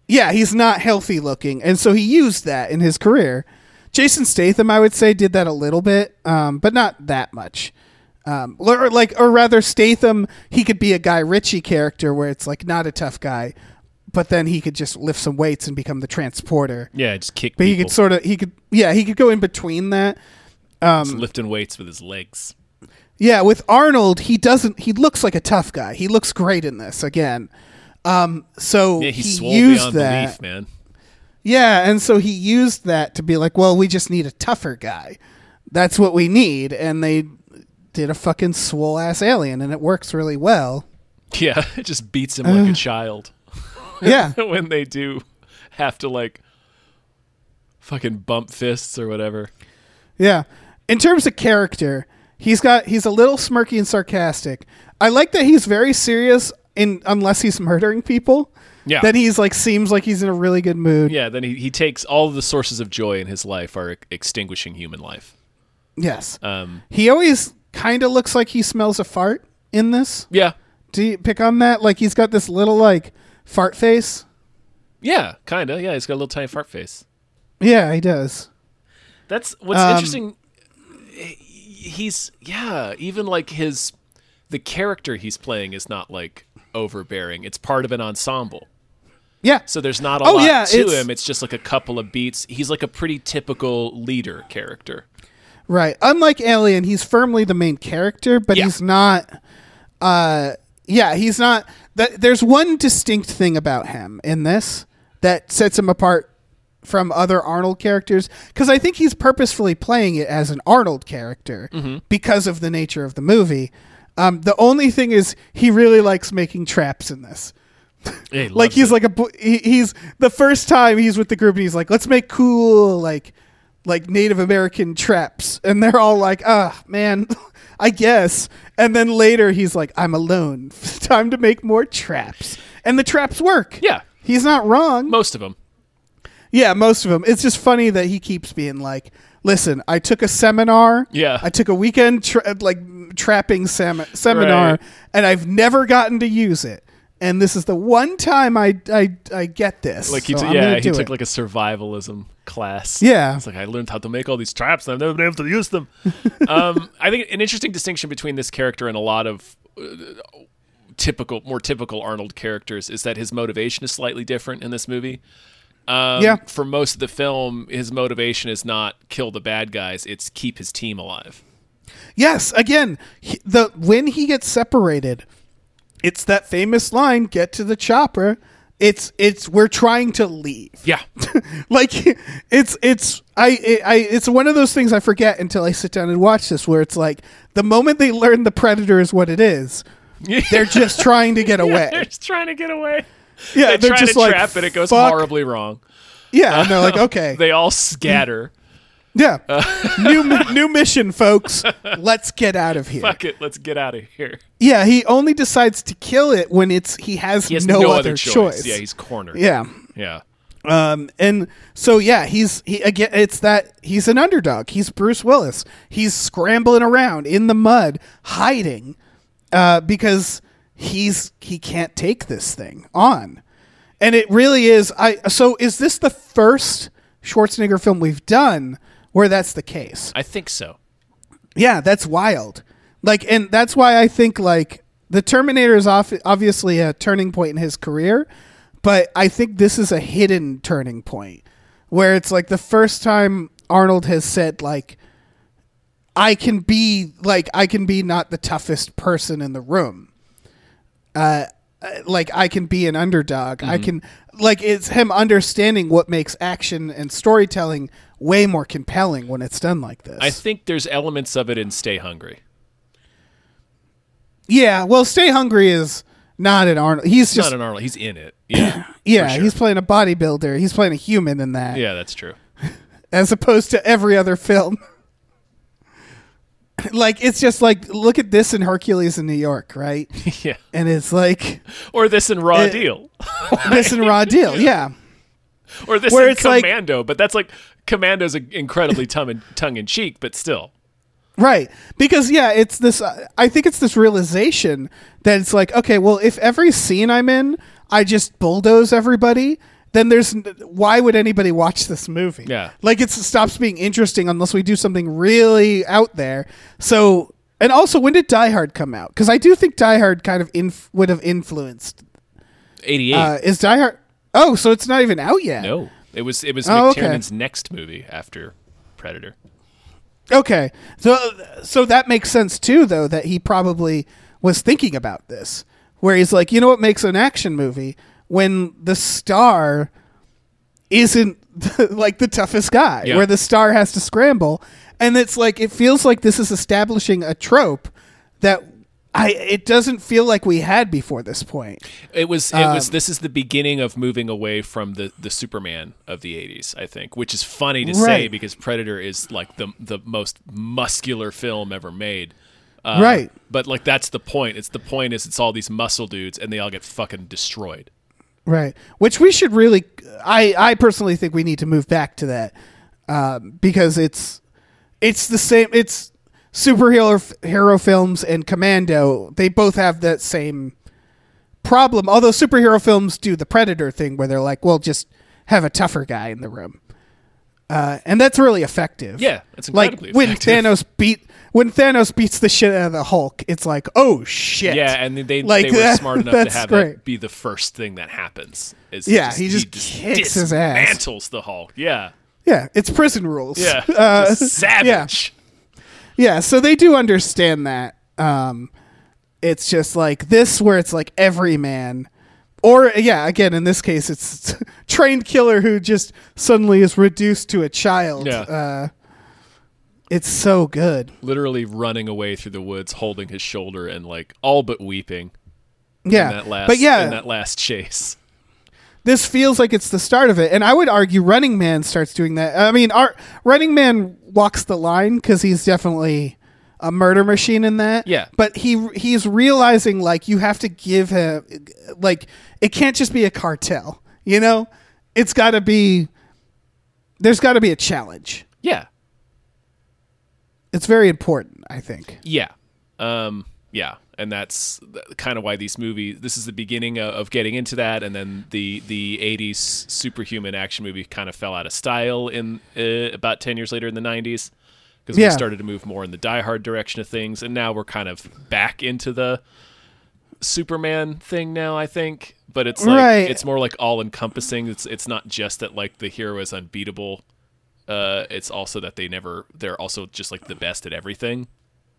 yeah he's not healthy looking and so he used that in his career jason statham i would say did that a little bit um, but not that much um, or or like or rather statham he could be a guy ritchie character where it's like not a tough guy but then he could just lift some weights and become the transporter
yeah just kick
but
people
he could sort of he could yeah he could go in between that um,
just lifting weights with his legs
yeah with arnold he doesn't he looks like a tough guy he looks great in this again um so
yeah
he
he's swole
used
beyond
that
belief man
yeah and so he used that to be like well we just need a tougher guy that's what we need and they did a fucking swole ass alien and it works really well
Yeah, it just beats him like a child
yeah
when they do have to like fucking bump fists or whatever.
Yeah. In terms of character, he's got he's a little smirky and sarcastic. I like that he's very serious in unless he's murdering people.
Yeah.
Then he's like seems like he's in a really good mood.
Yeah, then he, he takes all the sources of joy in his life are ex- extinguishing human life.
Yes.
Um,
he always kind of looks like he smells a fart in this.
yeah,
Do you pick on that? Like he's got this little like fart face.
yeah, kind of. Yeah, he's got a little tiny fart face.
Yeah, he does.
That's what's
Um,
interesting. eh, He's yeah, even like his the character he's playing is not like overbearing. It's part of an ensemble.
Yeah.
So there's not a
Oh,
lot
yeah,
to
it's-
him. It's just like a couple of beats. He's like a pretty typical leader character.
Right. Unlike Alien, he's firmly the main character, but
Yeah.
he's not. Uh, yeah, he's not. That there's one distinct thing about him in this that sets him apart from other Arnold characters because I think he's purposefully playing it as an Arnold character
Mm-hmm.
because of the nature of the movie. Um, the only thing is he really likes making traps in this.
Yeah, he
Like
loves
he's
it.
like a bo- he, he's the first time he's with the group and he's like, let's make cool like like Native American traps, and they're all like, ah man, I guess. And then later he's like, I'm alone. Time to make more traps. And the traps work.
Yeah.
He's not wrong.
Most of them.
Yeah, most of them. It's just funny that he keeps being like, "Listen, I took a seminar.
Yeah.
I took a weekend tra- like trapping sem- seminar,
Right.
and I've never gotten to use it. And this is the one time I I, I get this.
Like he,
so
t-
I'm
yeah,
gonna
he
do
took
it.
like a survivalism class.
Yeah.
it's like I learned how to make all these traps, and I've never been able to use them. um, I think an interesting distinction between this character and a lot of uh, typical, more typical Arnold characters is that his motivation is slightly different in this movie. Um,
Yeah.
For most of the film, his motivation is not kill the bad guys; it's keep his team alive.
yes. Again, he, the when he gets separated, it's that famous line: "Get to the chopper." It's it's we're trying to leave.
Yeah.
like it's it's I, I it's one of those things I forget until I sit down and watch this where it's like the moment they learn the predator is what it is, they're just trying to get away.
They're just trying to get away.
Yeah,
They
they're
try
just
to
like
trap, and it goes
"Fuck."
horribly wrong.
Yeah, and they're like okay,
They all scatter.
yeah, new mi- new mission, folks. Let's get out of here.
Fuck it, let's get out of here.
Yeah, he only decides to kill it when it's he has,
He has
no, other, choice.
Yeah, he's cornered.
yeah.
Yeah.
Um, and so yeah, he's he again. It's that he's an underdog. He's Bruce Willis. He's scrambling around in the mud, hiding, uh, because he's he can't take this thing on. And it really is. I so is this the first Schwarzenegger film we've done where that's the case?
I think so.
Yeah, that's wild. Like, and that's why I think like the Terminator is off, obviously a turning point in his career, but I think this is a hidden turning point where it's like the first time Arnold has said like, I can be like I can be not the toughest person in the room. Uh, uh, like I can be an underdog. I can like it's him understanding what makes action and storytelling way more compelling when it's done like this.
I think there's elements of it in Stay Hungry.
Yeah, well, Stay Hungry is not an Arnold. He's
Not
just
an Arnold. He's in it. Yeah.
yeah,
sure.
he's playing a bodybuilder. He's playing a human in that,
yeah, that's true.
as opposed to every other film. like it's just like look at this in Hercules in New York, right?
Yeah.
and it's like
Or this in Raw
Uh,
Deal.
this in Raw Deal, yeah.
Or this
where
in
it's like-
Commando. but that's like Commando's incredibly tongue in cheek, but still.
Right. Because yeah, it's this uh, I think it's this realization that it's like, okay, well, if every scene I'm in, I just bulldoze everybody, then there's n- why would anybody watch this movie?
Yeah.
Like it's, it stops being interesting unless we do something really out there. So, and also when did Die Hard come out? Cuz I do think Die Hard kind of inf- would have influenced.
88.
Uh, is Die Hard Oh, so it's not even out yet.
no. It was it was
Oh, okay.
McTiernan's next movie after Predator.
Okay. So so that makes sense too though that he probably was thinking about this where he's like, "You know what makes an action movie when the star isn't like the toughest guy
Yeah.
where the star has to scramble." And it's like it feels like this is establishing a trope that I it doesn't feel like we had before this point.
It was it
Um,
was this is the beginning of moving away from the the Superman of the 80s, I think, which is funny to say
Right.
because Predator is like the the most muscular film ever made. Uh,
right.
But like that's the point. It's the point is it's all these muscle dudes and they all get fucking destroyed.
Right. Which we should really I I personally think we need to move back to that um, because it's it's the same it's superhero f- hero films and commando they both have that same problem although superhero films do the predator thing where they're like well just have a tougher guy in the room uh, and that's really effective
Yeah, it's
like
incredibly
when
effective.
thanos beat when thanos beats the shit out of the hulk it's like oh shit
Yeah, and they they,
Like
they were
that-
smart enough to
that's
have
great.
it be the first thing that happens. Is
Yeah, he just kicks his ass.
dismantles the Hulk. Yeah,
yeah it's prison rules
yeah,
Uh,
Just savage.
Yeah, so they do understand that. Um, it's just like this, where it's like every man, or yeah, again in this case, it's trained killer who just suddenly is reduced to a child.
Yeah.
Uh, it's so good.
Literally running away through the woods, holding his shoulder and like all but weeping.
Yeah,
in that last,
but yeah,
in that last chase.
this feels like it's the start of it. And I would argue Running Man starts doing that. I mean, our Running Man walks the line because he's definitely a murder machine in that.
Yeah.
But he he's realizing like you have to give him like it can't just be a cartel. You know, it's got to be. There's got to be a challenge.
Yeah.
It's very important, I think.
Yeah. Um, yeah. And that's th- kind of why these movies. This is the beginning of, of getting into that, and then the the '80s superhuman action movie kind of fell out of style in uh, about ten years later in the '90s because
Yeah.
we started to move more in the Die Hard direction of things, and now we're kind of back into the Superman thing now. I think, but it's like
Right.
it's more like all encompassing. It's it's not just that like the hero is unbeatable. Uh, it's also that they never they're also just like the best at everything.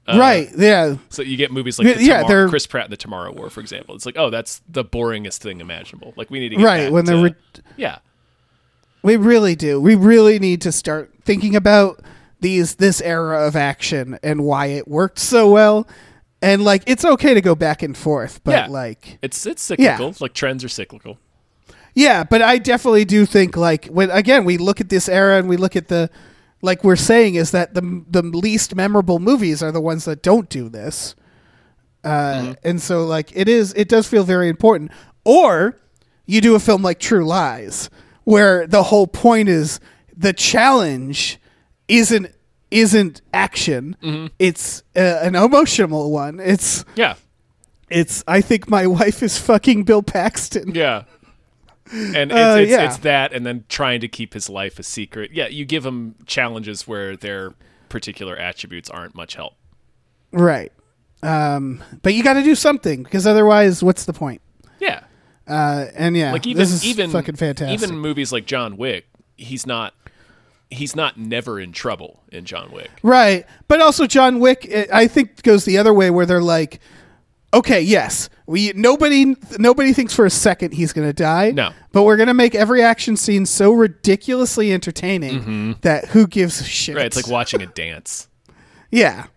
Uh,
right. Yeah.
So you get movies like the
Yeah,
Tomorrow-
they're-
Chris Pratt and the Tomorrow War, for example. It's like, oh, that's the boringest thing imaginable. Like we need to get
Right,
back
when they're
to-
re-
yeah,
We really do. We really need to start thinking about these this era of action and why it worked so well. And like it's okay to go back and forth, but
yeah,
like
it's it's cyclical. Like trends are cyclical.
yeah, but I definitely do think like when again we look at this era and we look at the like we're saying is that the the least memorable movies are the ones that don't do this. Uh, and so like it is it does feel very important. Or you do a film like True Lies where the whole point is the challenge isn't isn't action. It's uh, an emotional one. It's
Yeah,
it's I think my wife is fucking Bill Paxton.
yeah. And it's,
Uh,
it's,
yeah.
it's that, and then trying to keep his life a secret. Yeah, you give him challenges where their particular attributes aren't much help.
Right. Um, but you got to do something because otherwise, what's the point?
Yeah,
Uh, and yeah,
like even
this is
even
fucking fantastic.
Even movies like John Wick, he's not he's not never in trouble in John Wick.
right. But also, John Wick, eh, I think, goes the other way where they're like, okay, yes, we nobody nobody thinks for a second he's going to die.
No.
But we're going to make every action scene so ridiculously entertaining that who gives a shit?
Mm-hmm. Right, it's like watching a dance.
yeah.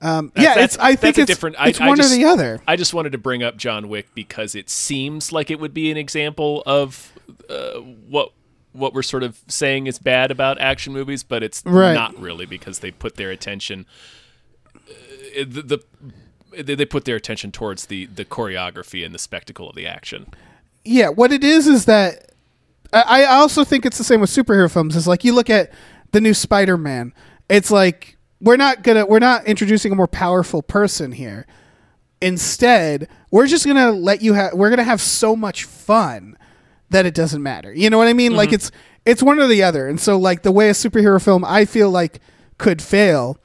Um, yeah,
That's-
it's. I think
that's a
it's
different- I-
It's
I
one
just-
or the other.
I just wanted to bring up John Wick because it seems like it would be an example of uh, what what we're sort of saying is bad about action movies, but it's
Right.
not really because they put their attention uh, the, the they they put their attention towards the the choreography and the spectacle of the action.
yeah what it is is that I, I also think it's the same with superhero films is like you look at the new spider-man it's like we're not gonna we're not introducing a more powerful person here instead we're just gonna let you have we're gonna have so much fun that it doesn't matter you know what i mean like it's it's one or the other and so like the way a superhero film i feel like could fail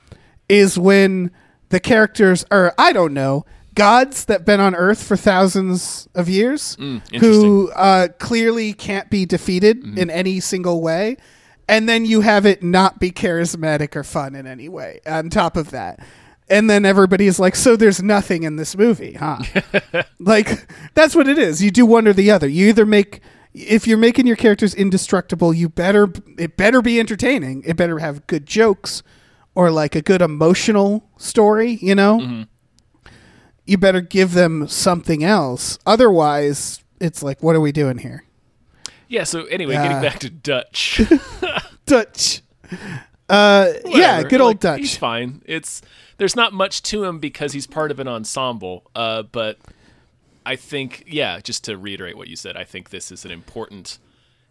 is when the characters are i don't know gods that been on earth for thousands of years who uh, clearly can't be defeated in any single way and then you have it not be charismatic or fun in any way on top of that and then everybody's like so there's nothing in this movie huh like that's what it is you do one or the other you either make if you're making your characters indestructible you better it better be entertaining it better have good jokes or like a good emotional story you know you better give them something else otherwise it's like what are we doing here
Yeah. So anyway, getting back to Dutch.
dutch uh yeah
Whatever.
good old
Like, He's
dutch
fine. It's there's not much to him because he's part of an ensemble. Uh, but I think yeah, just to reiterate what you said, I think this is an important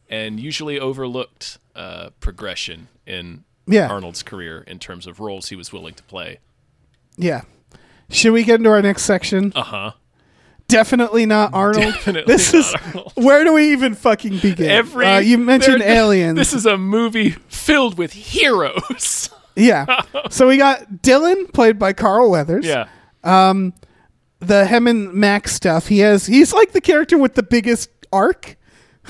and usually overlooked uh, progression in
Yeah.
Arnold's career in terms of roles he was willing to play.
yeah should we get into our next section
Uh huh.
Definitely not Arnold.
Definitely
this
not
is
Arnold.
where do we even fucking begin?
Every
uh, you mentioned
there-
aliens.
This is a movie filled with heroes.
yeah. so we got Dylan played by Carl Weathers.
yeah.
The Hem and Mac stuff. He has he's like the character with the biggest arc.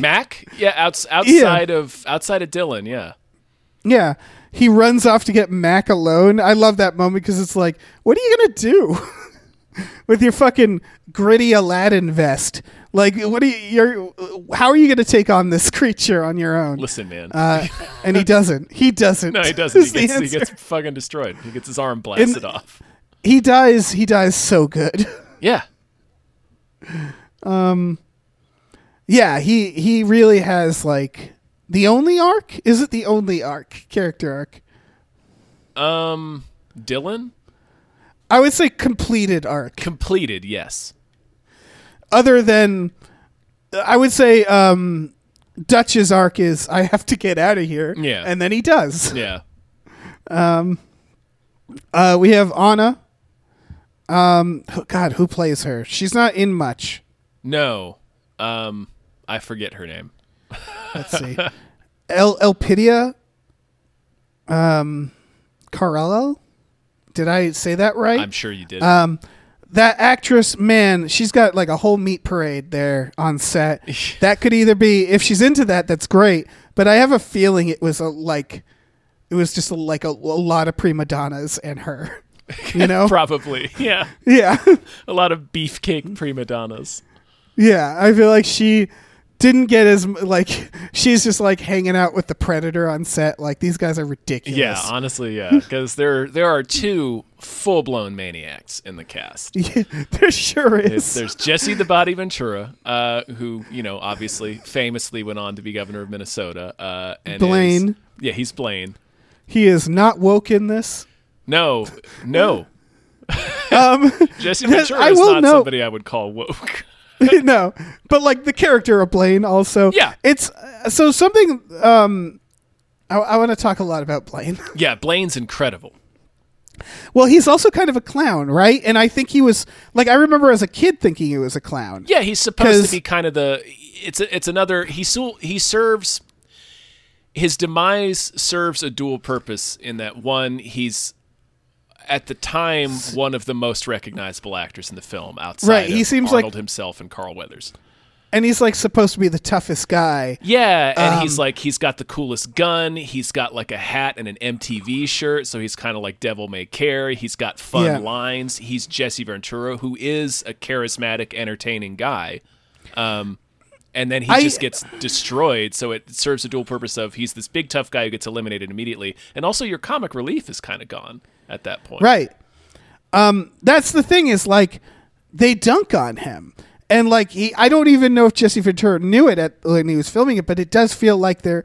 Mac. Yeah. Outs- outside of outside of Dylan. Yeah.
yeah. He runs off to get Mac alone. I love that moment because it's like, what are you gonna do with your fucking gritty Aladdin vest? Like, what are you? You're, how are you gonna take on this creature on your own?
Listen, man.
Uh, and he doesn't. He doesn't.
No, he doesn't. He
is the
gets, he
answer.
gets fucking destroyed. He gets his arm blasted
In-
off.
He dies. He dies so good.
Yeah.
yeah, he he really has like the only arc. Is it the only arc? Character arc.
Dylan
I would say completed arc.
completed. Yes.
Other than, I would say um, Dutch's arc is I have to get out of here.
Yeah.
and then he does.
Yeah.
Uh, we have Anna. Um, who- God, who plays her? She's not in much.
No. Um, I forget her name.
Let's see. El Elpidia. Um, Carello. Did I say that right?
I'm sure you did.
Um, that actress, man, she's got like a whole meat parade there on set. that could either be if she's into that, that's great. But I have a feeling it was a like, it was just like a, a lot of prima donnas and her. You know?
Probably. Yeah.
yeah,
A lot of beefcake prima donnas.
yeah. I feel like she didn't get as m- like she's just like hanging out with the predator on set. Like these guys are ridiculous.
Yeah, honestly, yeah, because there there are two full blown maniacs in the cast.
there sure
It's,
is.
there's Jesse the Body Ventura, uh, who you know obviously famously went on to be governor of Minnesota. Uh, and is-
Blaine.
yeah, he's Blaine.
he is not woke in this.
No, no.
Um,
Jesse
Yes,
Ventura
I
is
will
not
note-
somebody I would call woke.
no, but like the character of Blaine also.
Yeah.
It's uh, so something. Um, I, I want to talk a lot about Blaine.
Yeah, Blaine's incredible.
well, he's also kind of a clown, right? And I think he was like I remember as a kid thinking he was a clown.
Yeah, he's supposed to
'Cause-
be kind of the. It's it's another. He su- he serves. His demise serves a dual purpose in that one, he's at the time one of the most recognizable actors in the film outside
Right, he
of
seems like-
Arnold himself and Carl Weathers.
And he's like supposed to be the toughest guy.
Yeah, and
Um,
he's like he's got the coolest gun. He's got like a hat and an MTV shirt, so he's kind of like Devil May Care. He's got fun
Yeah.
lines. He's Jesse Ventura, who is a charismatic, entertaining guy. Um, and then he
I-
just gets destroyed. So it serves a dual purpose of he's this big tough guy who gets eliminated immediately, and also your comic relief is kind of gone at that point.
Right. Um, that's the thing is like they dunk on him. And like he, I don't even know if Jesse Ventura knew it at, when he was filming it, but it does feel like they're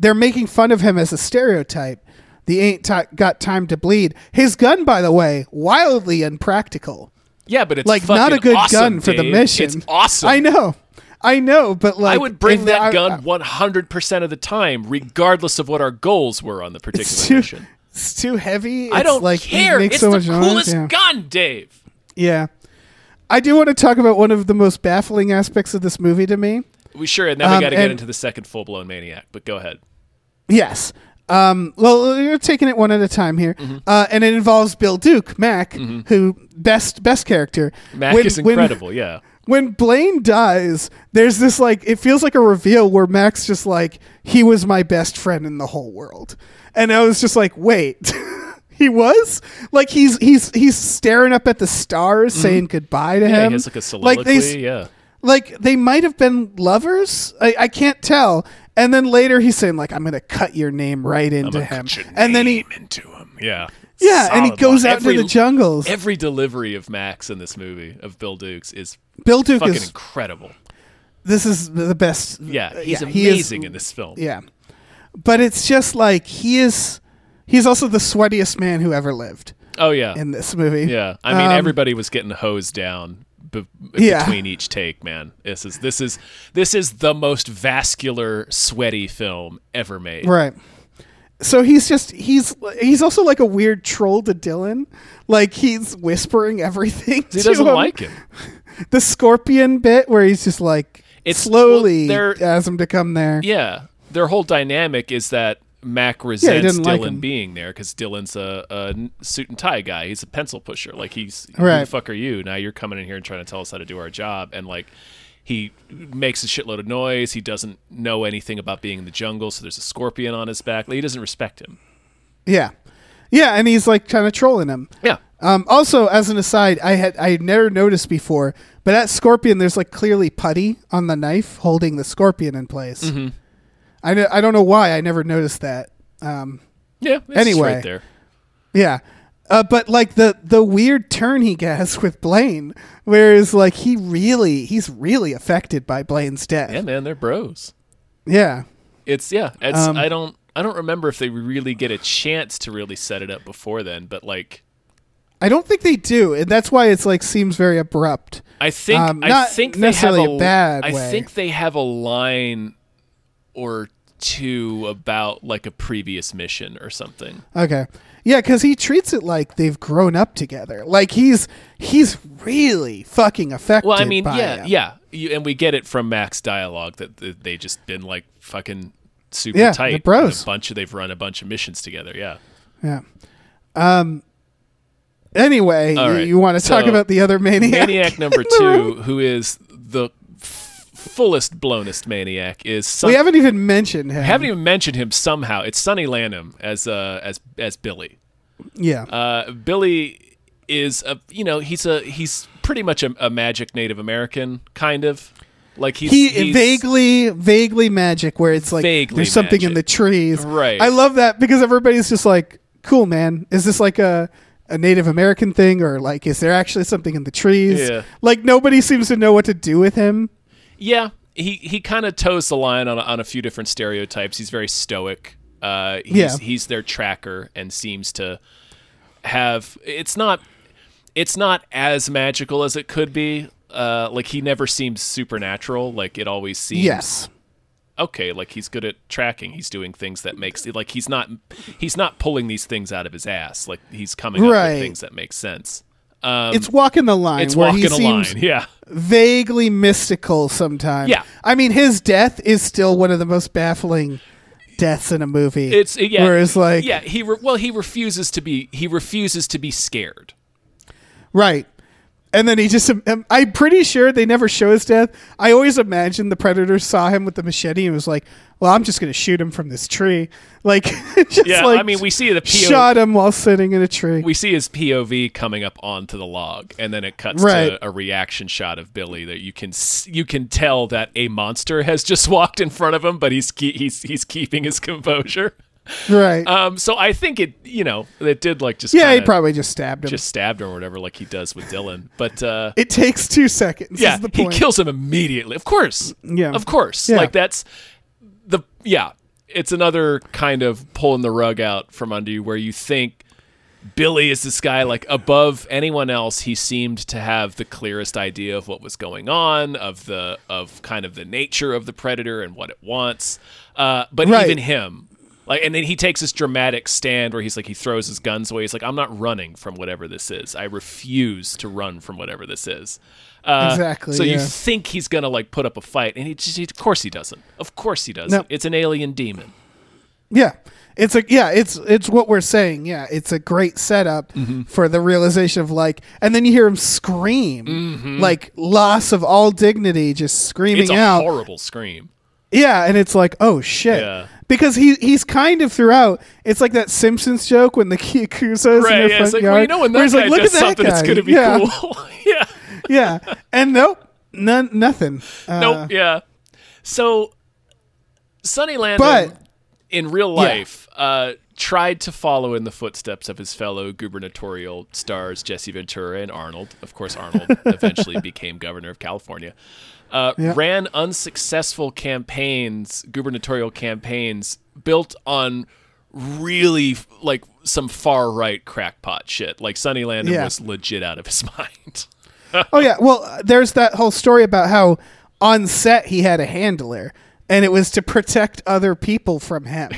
they're making fun of him as a stereotype. The ain't ti got time to bleed. His gun, by the way, wildly impractical.
Yeah, but it's
Like
fucking
not a good
awesome,
gun for the
Dave.
mission.
It's awesome.
I know, I know, but like
I would bring
if
that
I- uh,
gun 100% of the time, regardless of what our goals were on the
It's
particular
too,
mission.
it's too heavy.
I
It's,
don't
like, it
care.
makes
It's
so
the
much noise.
coolest
Yeah.
gun, Dave.
Yeah. I do want to talk about one of the most baffling aspects of this movie to me.
We sure, and then we
Um,
got to get
and-
into the second full blown maniac. But go ahead.
Yes. Um, well, you're taking it one at a time here,
Mm-hmm.
uh, and it involves Bill Duke, Mac, who best best character.
Mac
When-
is
when-
incredible. yeah.
When, Blaine dies, there's this like it feels like a reveal where Mac's just like he was my best friend in the whole world, and I was just like, wait, he was like he's he's he's staring up at the stars, saying goodbye to
Mm-hmm. yeah.
him.
He has like a soliloquy.
Like, they s-
yeah.
like they might have been lovers. I, I can't tell. And then later he's saying like I'm gonna cut your name right into him. And then he
into him. Yeah.
yeah, and he
Solid
goes
line.
out into the jungles.
Every delivery of Max in this movie of Bill Dukes is
Bill Duke
fucking
is
incredible.
this is the best. Uh,
Yeah, he's
yeah, he is-
amazing in this film.
Yeah, but it's just like he is. He's also the sweatiest man who ever lived
Oh yeah.
in this movie.
Yeah, I mean
Um,
everybody was getting hosed down b-
Yeah.
between each take, man. This is this is this is the most vascular, sweaty film ever made.
Right. So he's just he's he's also like a weird troll to Dylan. Like he's whispering everything.
He doesn't like
it.
him.
the scorpion bit where he's just like
It's-
slowly
well, they're-
asks him to come there.
Yeah, their whole dynamic is that Mac resents
didn't like
Dylan
him.
being there because Dylan's a, a suit and tie guy. He's a pencil pusher. Like he's who the
Right.
fuck are you? Now you're coming in here and trying to tell us how to do our job. And like he makes a shitload of noise. He doesn't know anything about being in the jungle. So there's a scorpion on his back. Like, he doesn't respect him.
Yeah. Yeah, and he's like kind of trolling him.
Yeah.
Um, also, as an aside, I had I had never noticed before, but at Scorpion, there's like clearly putty on the knife holding the scorpion in place.
Mm-hmm.
I kn- I don't know why I never noticed that. Um,
Yeah. it's just
Anyway.
right there.
Yeah. Uh, but like the the weird turn he gets with Blaine, whereas like he really he's really affected by Blaine's death.
Yeah, man, they're bros.
Yeah. Um,
It's yeah. It's I don't I don't remember if they really get a chance to really set it up before then, but like
I don't think they do, and that's why it's like seems very abrupt.
I think
Um,
I
not
think they have
necessarily
a
a bad
I
way.
think they have a line or two about like a previous mission or something.
Okay. Yeah, because he treats it like they've grown up together. Like he's he's really fucking affected.
Well, I mean,
by
yeah,
him.
yeah, you, and we get it from Max dialogue that th- they just been like fucking super
Yeah,
tight.
they're
and
bros.
A bunch of they've run a bunch of missions together. Yeah.
yeah. Um. Anyway,
All
you-
right.
you, want to talk
So,
about the other maniac?
Maniac number two, who is the f- fullest blownest maniac, is some,
we haven't even mentioned him.
haven't even mentioned him somehow. It's Sonny Lanham as uh as as Billy.
yeah.
Uh, Billy is a you know he's a he's pretty much a, a magic Native American kind of like he's,
he
he's-
vaguely vaguely magic where it's like
Vaguely
there's something in the
magic.
trees
Right.
i love that because everybody's just like cool man is this like a a native american thing or like is there actually something in the trees
Yeah.
like nobody seems to know what to do with him
yeah he he kind of toes the line on a, on a few different stereotypes. He's very stoic. Uh, he's,
Yeah.
he's their tracker and seems to have it's not it's not as magical as it could be. Uh, like he never seems supernatural. Like it always seems
yes
okay like he's good at tracking he's doing things that makes like he's not he's not pulling these things out of his ass like he's coming up
Right.
with things that make sense
it's walking the line
it's
where
walking
he
a
seems
line yeah
vaguely mystical sometimes
Yeah.
i mean his death is still one of the most baffling deaths in a movie
it's yeah
whereas like
yeah he re- well he refuses to be he refuses to be scared
Right. And then he just, um, I'm pretty sure they never show his death. I always imagine the predator saw him with the machete and was like, well, I'm just going to shoot him from this tree. Like, just
yeah
like
i mean we see the POV,
shot him while sitting in a tree.
we see his POV coming up onto the log, and then it cuts
Right.
to a reaction shot of Billy that you can s- you can tell that a monster has just walked in front of him, but he's ke- he's he's keeping his composure.
right.
Um, so I think it, you know, it did like just
yeah, he
kinda
probably just stabbed him.
just stabbed him or whatever, like he does with Dylan. But uh,
it takes two seconds.
yeah,
is the
he
point.
kills him immediately. Of course,
Yeah.
of course.
Yeah.
Like that's the yeah. It's another kind of pulling the rug out from under you where you think Billy is this guy like above anyone else. He seemed to have the clearest idea of what was going on, of the of kind of the nature of the predator and what it wants. Uh, but
Right.
even him, like, and then he takes this dramatic stand where he's like, he throws his guns away. He's like, I'm not running from whatever this is. I refuse to run from whatever this is. Uh,
Exactly,
So you
yeah.
think he's gonna like put up a fight, and he just, he- of course he doesn't. Of course he doesn't.
No.
It's an alien demon.
Yeah. It's like yeah, it's it's what we're saying. Yeah, it's a great setup
Mm-hmm.
for the realization of like, and then you hear him scream, like loss of all dignity, just screaming
Mm-hmm. It's a
out.
horrible scream.
Yeah, and it's like, oh shit.
Yeah.
Because he he's kind of throughout. It's like that Simpsons joke when the Kyakuza is in
Right,
their
yeah,
front
it's like,
yard.
well, you know, when
where
that
he's
guy
like, look
does
at that
something, it's
guy."
going to be
yeah,
cool. yeah.
yeah, and nope, none, nothing. Uh,
nope. Yeah. So, Sonny Landon,
But-
in real life, uh, tried to follow in the footsteps of his fellow gubernatorial stars, Jesse Ventura and Arnold. Of course, Arnold eventually became governor of California. Uh, Ran unsuccessful campaigns, gubernatorial campaigns, built on really like some far right crackpot shit. Like Sonny Landon
Yeah.
was legit out of his mind.
Oh yeah, well, uh, there's that whole story about how on set he had a handler, and it was to protect other people from him.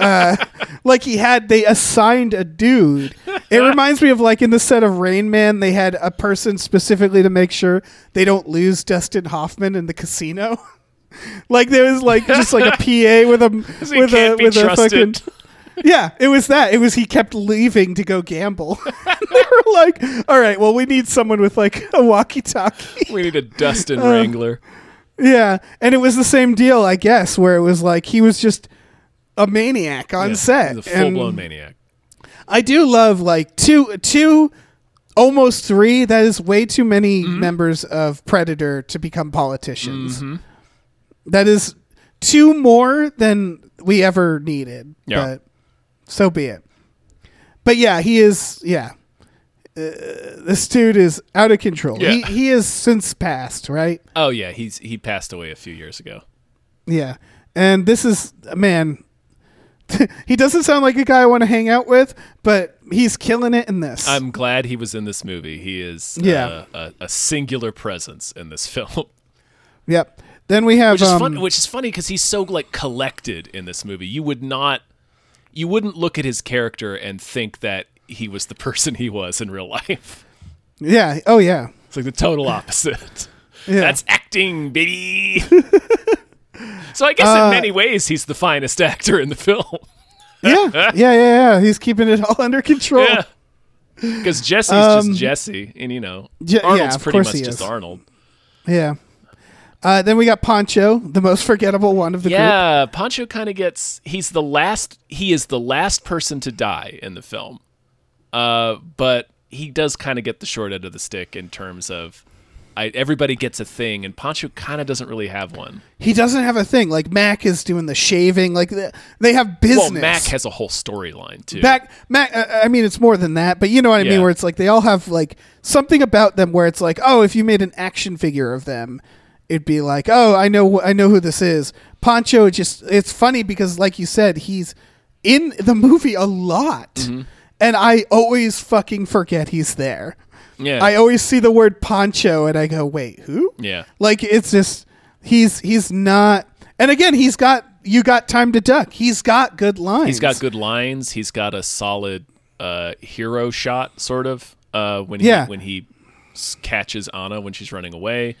uh, like he had, they assigned a dude. It reminds me of like in the set of Rain Man, they had a person specifically to make sure they don't lose Dustin Hoffman in the casino. like there was like just like a PA with a
he
with a
can't be
with a
trusted.
fucking. Yeah, it was that. It was he kept leaving to go gamble. they were like, "All right, well, we need someone with like a walkie-talkie."
We need a Dustin
Uh,
Wrangler.
yeah, and it was the same deal, I guess, where it was like he was just a maniac on
Yeah,
set.
he's a
And
full blown maniac.
I do love like two, two, almost three. That is way too many
Mm-hmm.
members of Predator to become politicians. That is two more than we ever needed.
Yeah.
But so be it. But yeah, he is. Yeah, uh, this dude is out of control. He
Yeah.
he is since passed, right?
Oh yeah, he's he passed away a few years ago.
Yeah, and this is man. he doesn't sound like a guy I want to hang out with, but he's killing it in this.
I'm glad he was in this movie. He is uh,
Yeah.
a, a singular presence in this film,
yep. Then we have
which is
um,
fun. Which is funny because he's so like collected in this movie. You would not, you wouldn't look at his character and think that he was the person he was in real life.
yeah. Oh yeah.
It's like the total opposite.
Yeah.
That's acting, baby. so I guess
Uh,
in many ways he's the finest actor in the film.
yeah. Yeah. Yeah. Yeah. He's keeping it all under control.
yeah. Because Jesse's
Um,
just Jesse, and you know
Je- yeah,
Arnold's
of
pretty
course
much
he
just
is.
Arnold.
Yeah. Uh, then we got Poncho, the most forgettable one of the group.
Yeah, Pancho kind of gets he's the last he is the last person to die in the film. Uh but he does kind of get the short end of the stick in terms of I, everybody gets a thing and Pancho kind of doesn't really have one.
He doesn't have a thing. Like Mac is doing the shaving. Like the, they have business.
Well, Mac has a whole storyline too.
Mac, Mac. Uh, I mean, it's more than that, but you know what I
Yeah.
mean. Where it's like they all have like something about them. Where it's like, oh, if you made an action figure of them, it'd be like, oh, I know, wh- I know who this is. Poncho. it Just it's funny because, like you said, he's in the movie a lot,
Mm-hmm.
and I always fucking forget he's there.
Yeah.
I always see the word Poncho and I go, wait, who?
Yeah.
Like it's just he's he's not. And again, he's got you got time to duck. He's got good lines.
He's got good lines. He's got a solid uh, hero shot, sort of. Uh, when
Yeah.
he when he s- catches Anna when she's running away.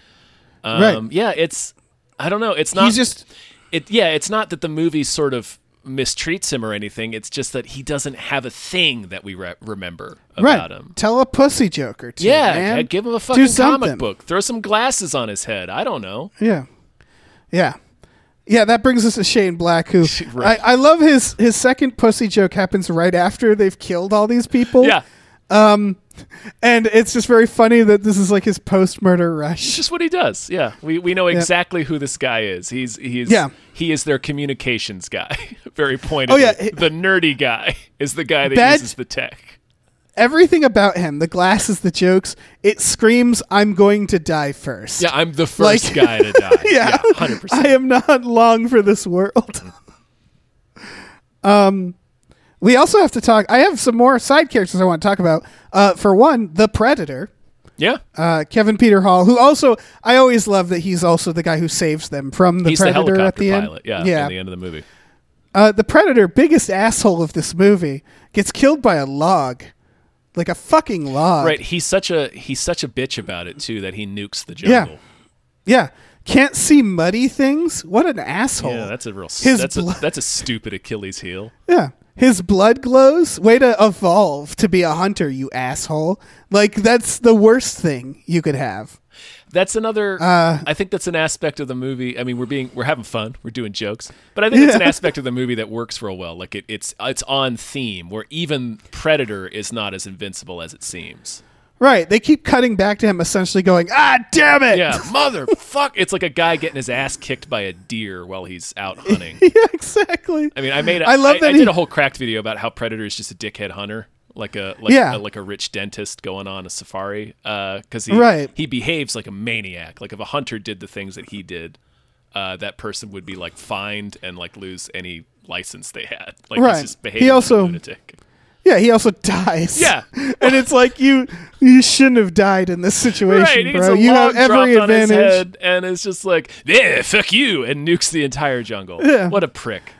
Um,
Right.
Yeah, it's I don't know. It's not
He's just-
it. Yeah, it's not that the movie sort of mistreats him or anything. It's just that he doesn't have a thing that we re- remember about
right.
him.
Tell a pussy joke or two.
Yeah,
man.
g- give him
Do
a fucking
something.
comic book. Throw some glasses on his head. I don't know.
Yeah, yeah, yeah. That brings us to Shane Black, who
Right.
I, I love his his second pussy joke happens right after they've killed all these people.
Yeah,
and it's just very funny that this is like his post murder rush.
It's just what he does. Yeah, we we know exactly who this guy is. He's he's
Yeah.
he is their communications guy. Very pointed.
Oh, yeah.
the nerdy guy is the guy that
Bad-
uses the tech.
Everything about him, the glasses, the jokes, it screams, "I'm going to die first.
Yeah, I'm the first
Like-
guy to die.
Yeah.
hundred
I
percent.
am not long for this world. um,
Mm-hmm.
we also have to talk. I have some more side characters I want to talk about. Uh, for one, the Predator,
Yeah,
uh, Kevin Peter Hall, who also I always love that he's also the guy who saves them from the
he's the
Predator
helicopter
at the
pilot. Yeah,
end. yeah.
in the end of the movie.
Uh, the Predator, biggest asshole of this movie, gets killed by a log, like a fucking log.
Right, he's such a he's such a bitch about it too that he nukes the jungle.
Yeah. Can't see muddy things. What an asshole.
Yeah, that's a real s-
His
that's
blood-
a that's a stupid Achilles heel.
Yeah. His blood glows. Way to evolve to be a hunter, you asshole. Like, that's the worst thing you could have.
That's another. I think that's an aspect of the movie. I mean, we're being we're having fun, we're doing jokes, but I think it's an aspect of the movie that works real well. Like it, it's it's on theme, where even Predator is not as invincible as it seems.
Right. They keep cutting back to him, essentially going, ah, damn it.
Yeah, motherfuck! It's like a guy getting his ass kicked by a deer while he's out hunting.
Yeah, exactly.
I mean, I made. A,
I love that
I
he-
did a whole cracked video about how Predator is just a dickhead hunter, like a like, a,
Yeah.
like a rich dentist going on a safari, because he
Right.
he behaves like a maniac. Like if a hunter did the things that he did, uh, that person would be like fined and like lose any license they had. Like
Right.
he's
He
just behaving like a
also-
lunatic.
Yeah, he also dies.
Yeah.
and it's like, you you shouldn't have died in this situation,
Right, he gets
bro.
a
You
log
have every
dropped on his
advantage.
head, and it's just like, yeah, fuck you, and nukes the entire jungle.
Yeah.
What a prick.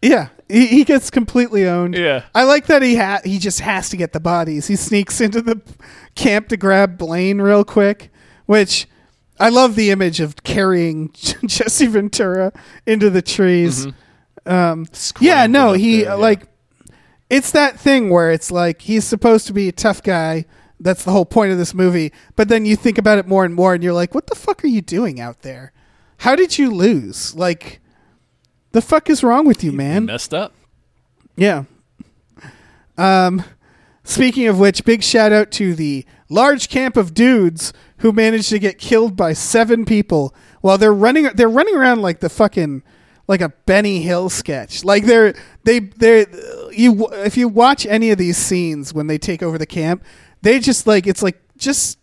Yeah, he, he gets completely owned.
Yeah.
I like that he ha- he just has to get the bodies. He sneaks into the camp to grab Blaine real quick, which I love the image of carrying Jesse Ventura into the trees. Um, Yeah,
Scrambled
no,
Mm-hmm. up
he uh,
there, yeah.
like it's that thing where it's like he's supposed to be a tough guy. That's the whole point of this movie. But then you think about it more and more, and you're like, what the fuck are you doing out there? How did you lose? Like, the fuck is wrong with you, man?
messed up.
Yeah. Um, speaking of which, big shout out to the large camp of dudes who managed to get killed by seven people while they're running. They're running around like the fucking like a Benny Hill sketch. Like they're they they're you if you watch any of these scenes when they take over the camp, they just like it's like just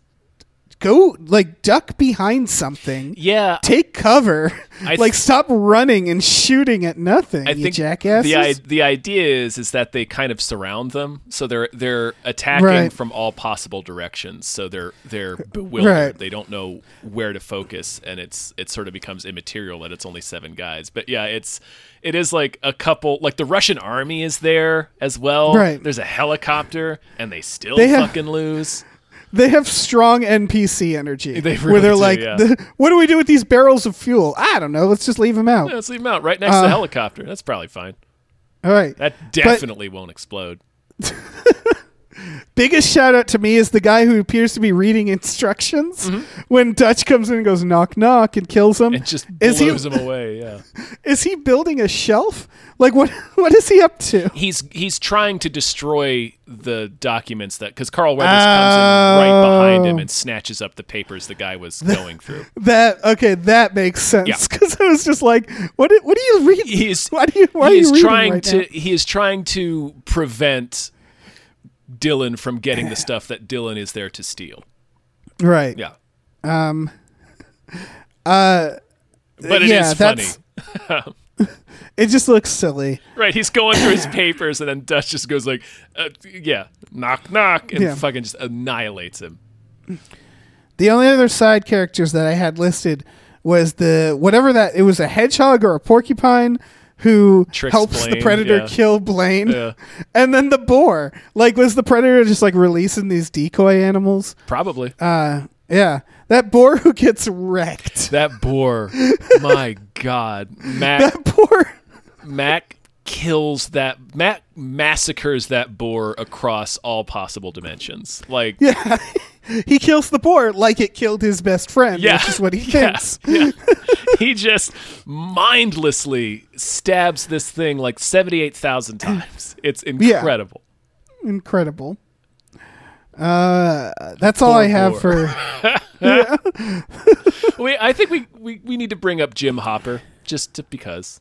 go like duck behind something.
Yeah.
Take cover.
I th-
like stop running and shooting at nothing. you jackasses.
The, i- the idea is is that they kind of surround them, so they're they're attacking
Right.
from all possible directions. So they're they're bewildered.
Right.
They don't know where to focus, and it's it sort of becomes immaterial that it's only seven guys. But yeah, it's it is like a couple. Like the Russian army is there as well.
Right.
There's a helicopter, and they still
They have-
fucking lose.
They have strong NPC energy.
They
where
really
they're
do,
like,
yeah.
"The- what do we do with these barrels of fuel? I don't know. Let's just leave them out.
Let's leave them out right next to
Uh,
the helicopter. That's probably fine.
All right.
That definitely won't explode.
biggest shout out to me is the guy who appears to be reading instructions when Dutch comes in and goes knock knock and kills him.
It Mm-hmm. just
is
blows
he
them away. Yeah.
is he building a shelf? Like what what is he up to?
he's he's trying to destroy the documents that because Carl Weathers comes in right behind him
Oh.
and snatches up the papers the guy was going through.
That okay, that makes sense
Yeah.
because I was just like, what do- what do you read?
He's
why do you why
he
are you
is
reading
trying
right
to
now?
he is trying to prevent Dylan from getting the stuff that Dylan is there to steal.
right?
Yeah. Um. Uh. But it is
yeah,
funny.
that's- It just looks silly.
Right, he's going through his papers, and then Dutch just goes like, uh, "Yeah, knock, knock," and
Yeah.
fucking just annihilates him.
The only other side characters that I had listed was the whatever that it was a hedgehog or a porcupine who
Tricks
helps the
Blaine,
predator
yeah.
kill Blaine,
Yeah.
and then the boar. Like, was the predator just like releasing these decoy animals?
Probably.
Yeah, that boar who gets wrecked.
That boar, my God, Mac
That boar.
Mac kills that Mac massacres that boar across all possible dimensions. Like
Yeah. He kills the boar like it killed his best friend,
Yeah.
which is what he
Yeah.
thinks.
Yeah. he just mindlessly stabs this thing like seventy eight thousand times. It's incredible.
Incredible. Uh, that's all I have
boar.
for.
We I think we, we we need to bring up Jim Hopper just to, because.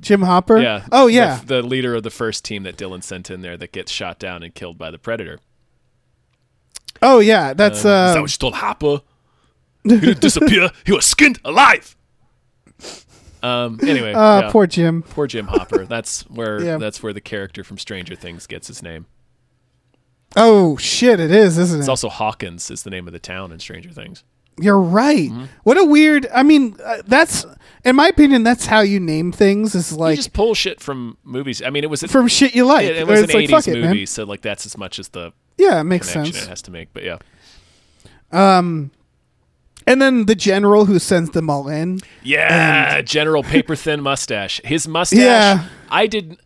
Jim Hopper.
Yeah.
Oh yeah.
The, the leader of the first team that Dylan sent in there that gets shot down and killed by the predator.
Oh yeah. That's uh.
Is that what you told Hopper? He didn't disappear. He was skinned alive. Um. Anyway,
Uh,
yeah.
Poor Jim.
Poor Jim Hopper. That's where
Yeah.
that's where the character from Stranger Things gets his name.
Oh shit, it is, isn't
It's
it?
also Hawkins is the name of the town in Stranger Things.
You're right.
Mm-hmm.
What a weird. I mean, uh, that's in my opinion, that's how you name things. Is
You
like
just pull shit from movies. I mean, it was a,
from shit you like.
it, it was an
it's like, fuck
'80s
it, man.
movie, so like that's as much as the
Yeah, it makes
connection
sense.
it has to make. But yeah,
And then the general who sends them all in.
yeah, General Paper Thin Mustache. His mustache.
Yeah.
I didn't.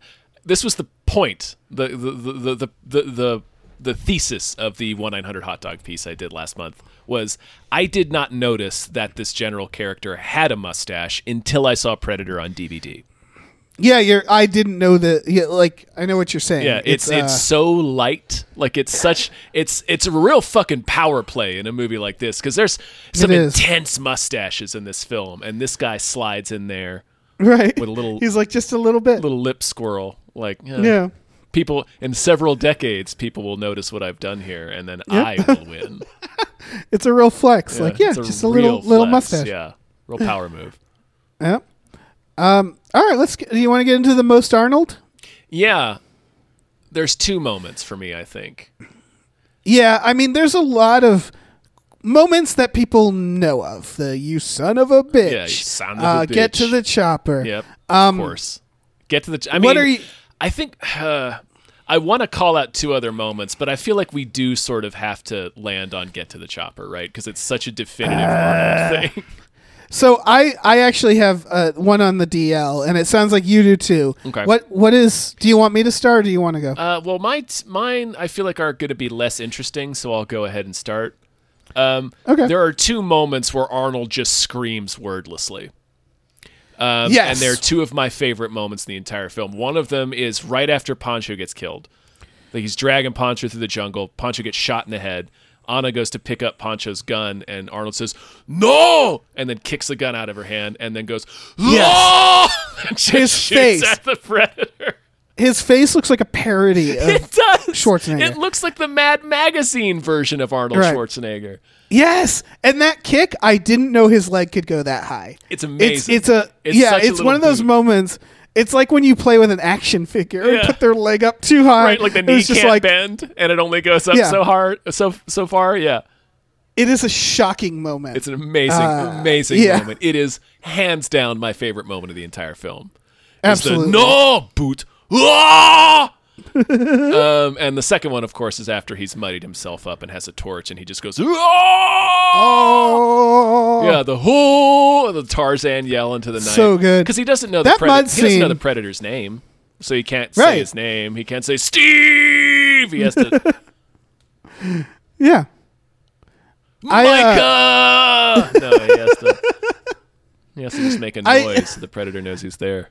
This was the point. The the the the the the. the the thesis of the 1 900 hot dog piece I did last month was I did not notice that this general character had a mustache until I saw Predator on DVD.
Yeah, you're. I didn't know that. Yeah, like I know what you're saying.
Yeah, it's it's,
uh,
so light. Like it's such it's it's a real fucking power play in a movie like this because there's some
It is.
intense mustaches in this film, and this guy slides in there
right.
with a little-
He's like just a little bit.
little uh, lip squirrel. Like yeah.
yeah.
people in several decades, people will notice what I've done here, and then I will win.
It's a real flex. like yeah,
it's
just a little
real
little
flex.
mustache.
Yeah, real power move.
Yeah. Um. All right. Let's. Get, do you want to get into the most Arnold?
Yeah, there's two moments for me. I think.
Yeah, I mean, there's a lot of moments that people know of. The you son of a bitch.
Yeah, you son of a
uh, Get
bitch.
to the chopper.
Yep.
Um,
of course. Get to the. I mean,
what are you-
I think uh, I want to call out two other moments, but I feel like we do sort of have to land on get to the chopper, right? Because it's such a definitive
Ah.
Arnold thing.
So I, I actually have uh, one on the DL, and it sounds like you do too.
Okay.
What What is? Do you want me to start? or Do you want to go?
Uh, well, my mine I feel like are going to be less interesting, so I'll go ahead and start. Um,
Okay.
There are two moments where Arnold just screams wordlessly. Um,
Yes.
And they're two of my favorite moments in the entire film. One of them is right after Pancho gets killed. Like he's dragging Pancho through the jungle. Pancho gets shot in the head. Anna goes to pick up Pancho's gun, and Arnold says, "No!" and then kicks the gun out of her hand, and then goes, "No!" and just
His
shoots
face.
at the predator.
His face looks like a parody of
It does.
Schwarzenegger.
It looks like the Mad Magazine version of Arnold
Right.
Schwarzenegger.
Yes, and that kick, I didn't know his leg could go that high.
It's amazing.
It's, it's a
It's
yeah.
such a
It's
little
one of those
boot.
moments. It's like when you play with an action figure and
Yeah.
put their leg up too high.
Right, like the
It
knee
was
can't bend, and it only goes up
Yeah.
so hard, so so far. Yeah,
It is a shocking moment.
it's an amazing, amazing
Uh, yeah.
moment. It is hands down my favorite moment of the entire film. It's the
Absolutely.
no boot. Ah! um, and the second one, of course, is after he's muddied himself up and has a torch, and he just goes. Oh!
Oh.
Yeah, the whole the Tarzan yell into the night.
So good.
because he doesn't know the
That
predator.
mud
He doesn't know
scene-
the predator's name, so he can't say
Right.
his name. He can't say Steve. He has to
Yeah.
Micah. no, he has to. He has to just make a
uh, I-
noise so the predator knows he's there.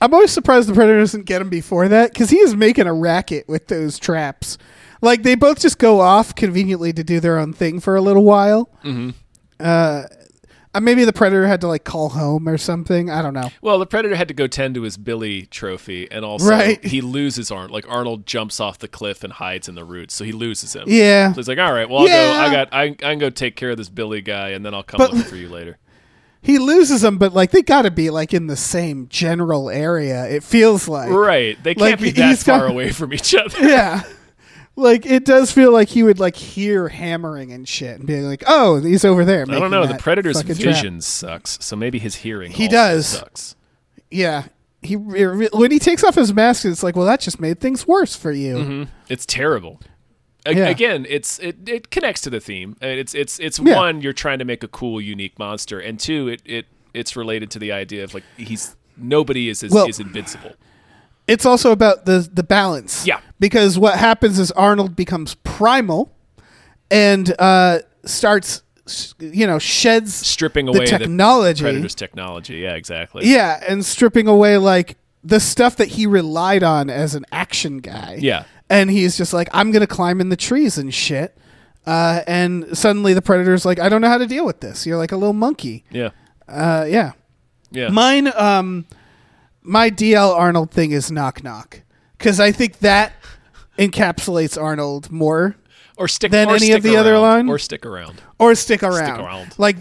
I'm always surprised the Predator doesn't get him before that because he is making a racket with those traps. Like they both just go off conveniently to do their own thing for a little while. Mm-hmm. Uh, maybe the Predator had to like call home or something. I don't know.
Well, the predator had to go tend to his Billy trophy, and also
Right.
he loses Arnold. Like Arnold jumps off the cliff and hides in the roots, so he loses him.
Yeah.
So he's like, "All right, well, I'll
Yeah.
go. I got. I, I can go take care of this Billy guy, and then I'll come
But-
looking for you later."
He loses them, but like they got to be like in the same general area. It feels like
Right. They can't
Like,
be that
he's
far
got-
away from each other.
Yeah. Like it does feel like he would like hear hammering and shit and being like, "Oh, he's over there."
I don't know. The predator's
vision.
vision sucks, so maybe his hearing
He
also
does.
sucks.
Yeah. He it re- when he takes off his mask, it's like, well, that just made things worse for you.
It's terrible. A-
Yeah.
Again, it's it, it connects to the theme. I mean, It's it's it's
Yeah.
one you're trying to make a cool, unique monster, and two, it it it's related to the idea of like he's nobody is is,
Well-
is invincible.
It's also about the the balance.
Yeah.
Because what happens is Arnold becomes primal, and uh, starts, s- you know, sheds
Stripping
the
away
technology.
the predator's technology. Yeah, exactly.
yeah, and stripping away like the stuff that he relied on as an action guy.
Yeah.
And he's just like, I'm gonna climb in the trees and shit. Uh, and suddenly the predator's like, I don't know how to deal with this. You're like a little monkey.
yeah,
Uh, yeah.
yeah.
Mine, um, my DL Arnold thing is knock knock because I think that encapsulates Arnold more
or stick
than
or
any of
stick
the other
around,
line?
or stick around.
or stick around.
around. Mm-hmm.
Like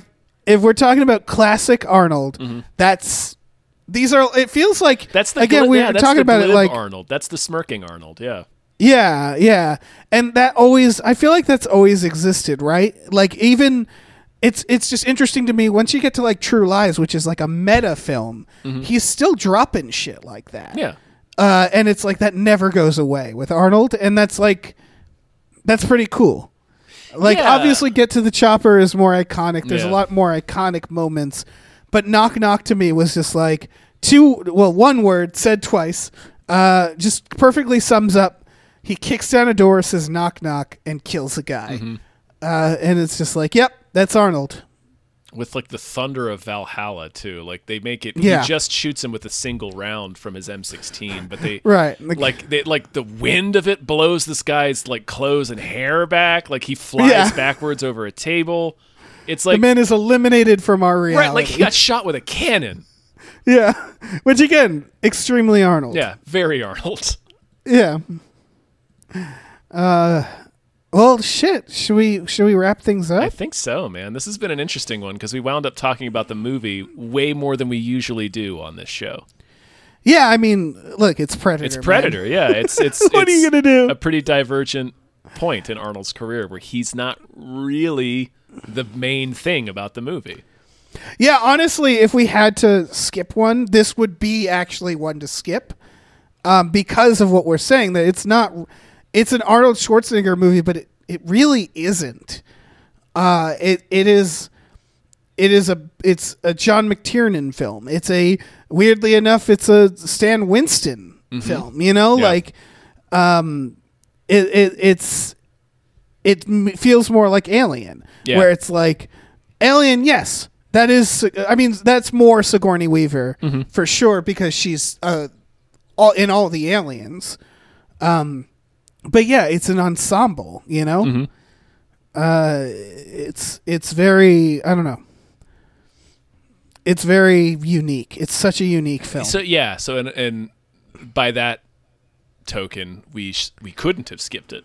if we're talking about classic Arnold, that's these are. It feels like
That's the
again
gl-
we
yeah,
were
that's
talking
the
about it
glib
like
Arnold. That's the smirking Arnold. Yeah.
yeah yeah, and that always I feel like that's always existed right. Like even. It's it's just interesting to me once you get to like True Lies, which is like a meta film. He's still dropping shit like that.
Yeah.
uh, and it's like that never goes away with Arnold, and that's like that's pretty cool. Like
Yeah.
obviously, get to the chopper is more iconic. There's
Yeah.
a lot more iconic moments, but knock knock to me was just like two. Well, one word said twice, uh, just perfectly sums up. He kicks down a door, says knock knock, and kills a guy,
Mm-hmm.
uh, and it's just like, yep, that's Arnold.
with like the thunder of Valhalla too. Like they make it.
Yeah.
He just shoots him with a single round from his M16, but they
Right,
like,
like-
they like the wind of it blows this guy's like clothes and hair back. Like he flies
Yeah.
backwards over a table. It's
The
like
man is eliminated from our reality.
right, like he got shot with a cannon.
yeah, which again, extremely Arnold.
Yeah, very Arnold.
Yeah. Uh, well, shit. Should we should we wrap things
I
up?
think so, man. This has been an interesting one because we wound up talking about the movie way more than we usually do on this show.
Yeah, I mean, look, it's Predator.
It's
man.
Predator, yeah. It's it's.
What are you
it's
gonna do?
A pretty divergent point in Arnold's career where he's not really the main thing about the movie.
Yeah, honestly, if we had to skip one, this would be actually one to skip, um, because of what we're saying that it's not. It's an Arnold Schwarzenegger movie, but it, it really isn't. Uh, it it is. It is a it's a John McTiernan film. It's a weirdly enough, it's a Stan Winston film. You know,
Yeah.
like, um, it, it it's it m- feels more like Alien,
Yeah.
where it's like Alien. Yes, that is. I mean, that's more Sigourney Weaver
Mm-hmm.
for sure because she's uh, all in all the aliens. Um, but yeah, it's an ensemble. You know,
Mm-hmm.
uh, it's it's very. I don't know. It's very unique. It's such a unique film.
So yeah, so and and by that token, we sh- we couldn't have skipped it.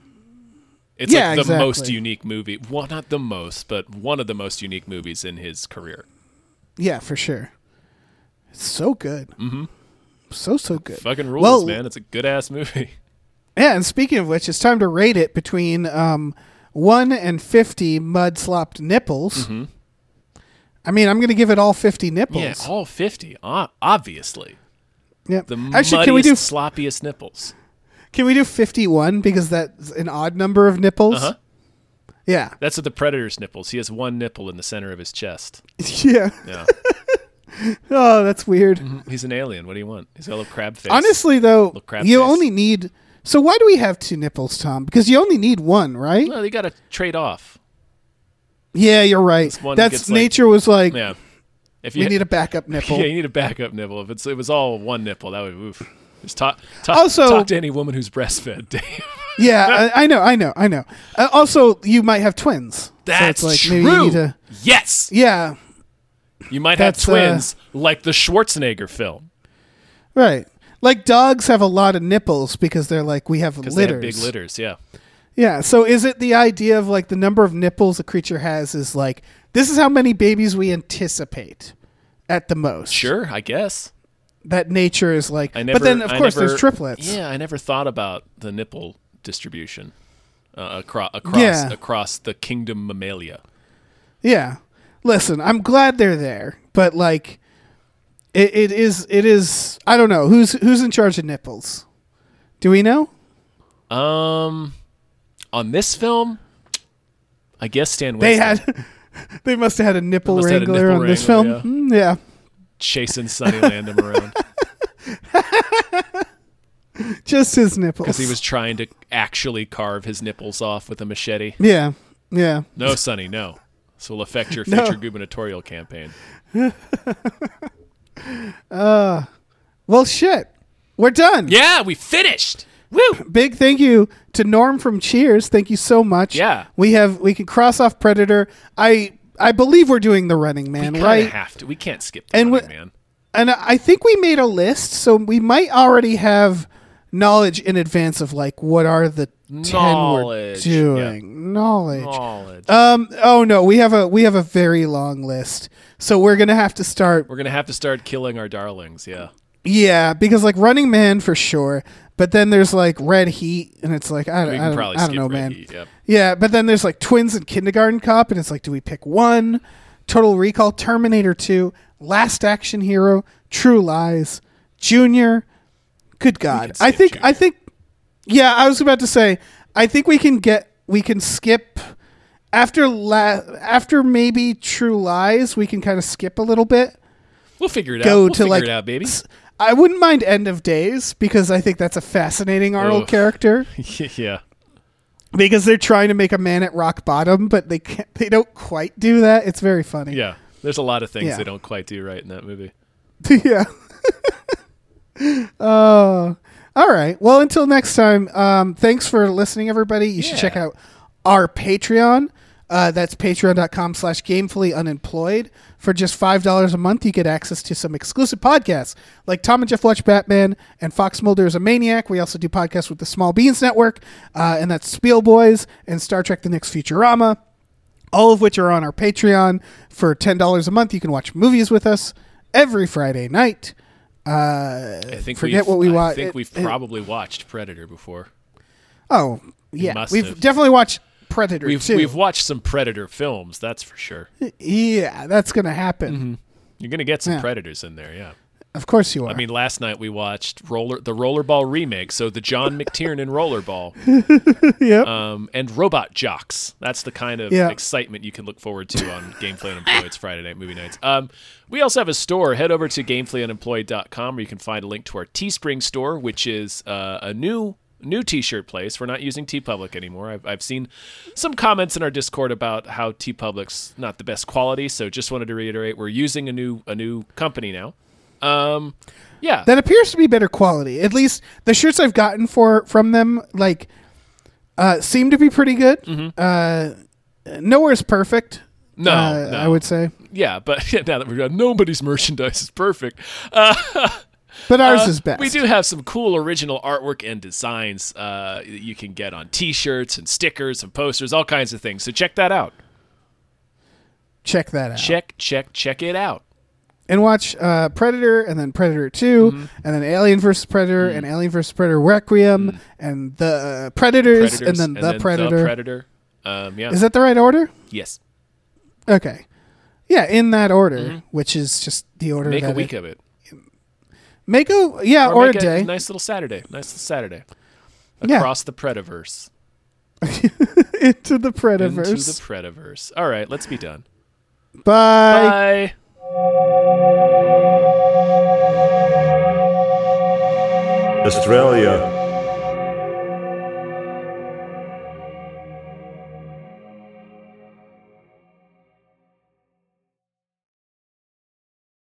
It's
Yeah,
like the most
exactly.
unique movie. Well, not the most, but one of the most unique movies in his career.
Yeah, for sure. It's so good. Mm-hmm. So so good.
Fucking rules,
Well-
man. It's a good ass movie.
Yeah, and speaking of which, it's time to rate it between um, one and fifty mud slopped nipples. I mean, I'm going to give it all fifty nipples.
Mm-hmm. Yeah, all 50, o- obviously.
Yep.
The
Actually, can we do
muddiest, sloppiest nipples?
can we do fifty one because that's an odd number of nipples?
Uh-huh.
Yeah.
That's what the predator's nipples. He has one nipple in the center of his chest.
Yeah.
Yeah. Mm-hmm.
Oh, that's weird.
He's an alien. What do you want? He's got a little crab face.
Honestly, though,
crab
you
face.
only need. So why do we have two nipples, Tom? Because you only need one, right?
Well, you got to trade off.
Yeah, you're right.
one
That's
gets, like-
nature was like,
Yeah. If
we need a backup nipple.
Yeah, you need a backup nipple. If it's it was all one nipple, that would oof. Just talk, talk,
Also-
talk to any woman who's breastfed. Dave.
yeah, I, I know, I know, I know. Uh, also, you might have twins. So
That's
it's like,
true.
Maybe you need to,
yes,
yeah,
you might have
That's, uh,
twins like the Schwarzenegger film
right. Like dogs have a lot of nipples because they're like we have litters.
because they have big litters. Yeah,
Yeah. So is it the idea of like the number of nipples a creature has is like this is how many babies we anticipate at the most?
sure, I guess.
That nature is like,
I never.
but then of
I
course
never-
there's triplets.
Yeah, I never thought about the nipple distribution uh, across across
Yeah.
across the kingdom mammalia.
Yeah. Listen, I'm glad they're there, but like it, it is it is I don't know, who's who's in charge of nipples? Do we know?
Um, on this film, I guess Stan Winston
They had they must have had a nipple
Must have had a
wrangler
nipple
on this film.
wrangler,
Mm, Yeah.
chasing Sonny Landham around.
Just his nipples.
because he was trying to actually carve his nipples off with a machete.
Yeah. Yeah.
No, Sonny, no. This will affect your
No.
future gubernatorial campaign.
Well shit. We're done.
Yeah, we finished. Woo!
Big thank you to Norm from Cheers. Thank you so much.
Yeah.
We have we can cross off Predator. I I believe we're doing the running man,
We kind
right?
of have to. We can't skip the
And
Running
we-
man.
and I think we made a list, so we might already have knowledge in advance of like what are the
Knowledge,
ten we're doing. Knowledge.
Knowledge.
Um. Oh no, we have a we have a very long list, so we're gonna have to start.
We're gonna have to start killing our darlings. Yeah.
Yeah, because like Running Man for sure, but then there's like Red Heat, and it's like I don't,
We
I
can
don't,
probably
I
skip
don't know,
Red
man.
Heat, yep.
Yeah, but then there's like Twins and Kindergarten Cop, and it's like, do we pick one? Total Recall, Terminator 2, Last Action Hero, True Lies, Junior. Good God, I
skip
think I
Junior.
think, yeah, I was about to say, I think we can get we can skip after la- after maybe True Lies, we can kind of skip a little bit.
We'll figure it out.
Go
We'll
to
figure
like
it out, baby.
s- I wouldn't mind End of Days because I think that's a fascinating Arnold
Oof.
character
yeah.
because they're trying to make a man at rock bottom, but they can't, they don't quite do that. It's very funny.
Yeah. There's a lot of things
Yeah.
they don't quite do right in that movie.
yeah. Oh, all right. Well, until next time. Um, thanks for listening, everybody. You should
Yeah.
check out our Patreon. Uh, that's patreon.com slash gamefully unemployed. For just $5 a month, you get access to some exclusive podcasts like Tom and Jeff Watch Batman and Fox Mulder is a Maniac. We also do podcasts with the Small Beans Network, uh, and that's Spiel Boys and Star Trek The Next Futurama. all of which are on our Patreon. For ten dollars a month, you can watch movies with us every Friday night.
I think
Uh, forget
we've-
what we
I
wa-
think
it-
we've
it-
probably watched Predator before.
Oh, yeah,
must
we've
have.
definitely watched Predator
We've
too.
we've watched some Predator films. That's for sure.
yeah, that's gonna happen.
You're gonna get some
Yeah.
Predators in there. Yeah.
Of course you are.
Mm-hmm. I mean, last night we watched roller the Rollerball remake, so the John McTiernan Rollerball,
Yep.
um, and Robot Jocks. That's the kind of
Yeah.
excitement you can look forward to on Gamefully Unemployed's Friday night movie nights. Um, we also have a store. Head over to GamefullyUnemployed.com where you can find a link to our Teespring store, which is uh, a new new T-shirt place. We're not using TeePublic anymore. I've, I've seen some comments in our Discord about how TeePublic's not the best quality. So just wanted to reiterate, we're using a new a new company now. Um, yeah.
that appears to be better quality. At least the shirts I've gotten for from them like uh, seem to be pretty good. Uh, nowhere's perfect.
Mm-hmm. No,
uh,
no.
I would say.
yeah, but now that we're done, nobody's merchandise is perfect. Uh,
But ours
Uh,
is best.
We do have some cool original artwork and designs uh, that you can get on T-shirts and stickers and posters, all kinds of things. So check that out.
check that out
Check, check, check it out.
and watch uh, Predator and then Predator 2
Mm-hmm.
and then Alien vs Predator and Alien vs Predator Requiem and the uh, Predators,
Mm-hmm. Predators
and then the Predator.
Predator. Um, yeah.
Is that the right order?
yes.
Okay. Yeah, in that order, which is just the order
Make
that
a week
it,
of it,
Make a yeah, or, a
make
day.
Nice little Saturday. Nice little Saturday.
Yeah.
Across the Predaverse.
into the
Into the
Predaverse.
Predaverse. All right, let's be done. Bye.
Bye.
Australia.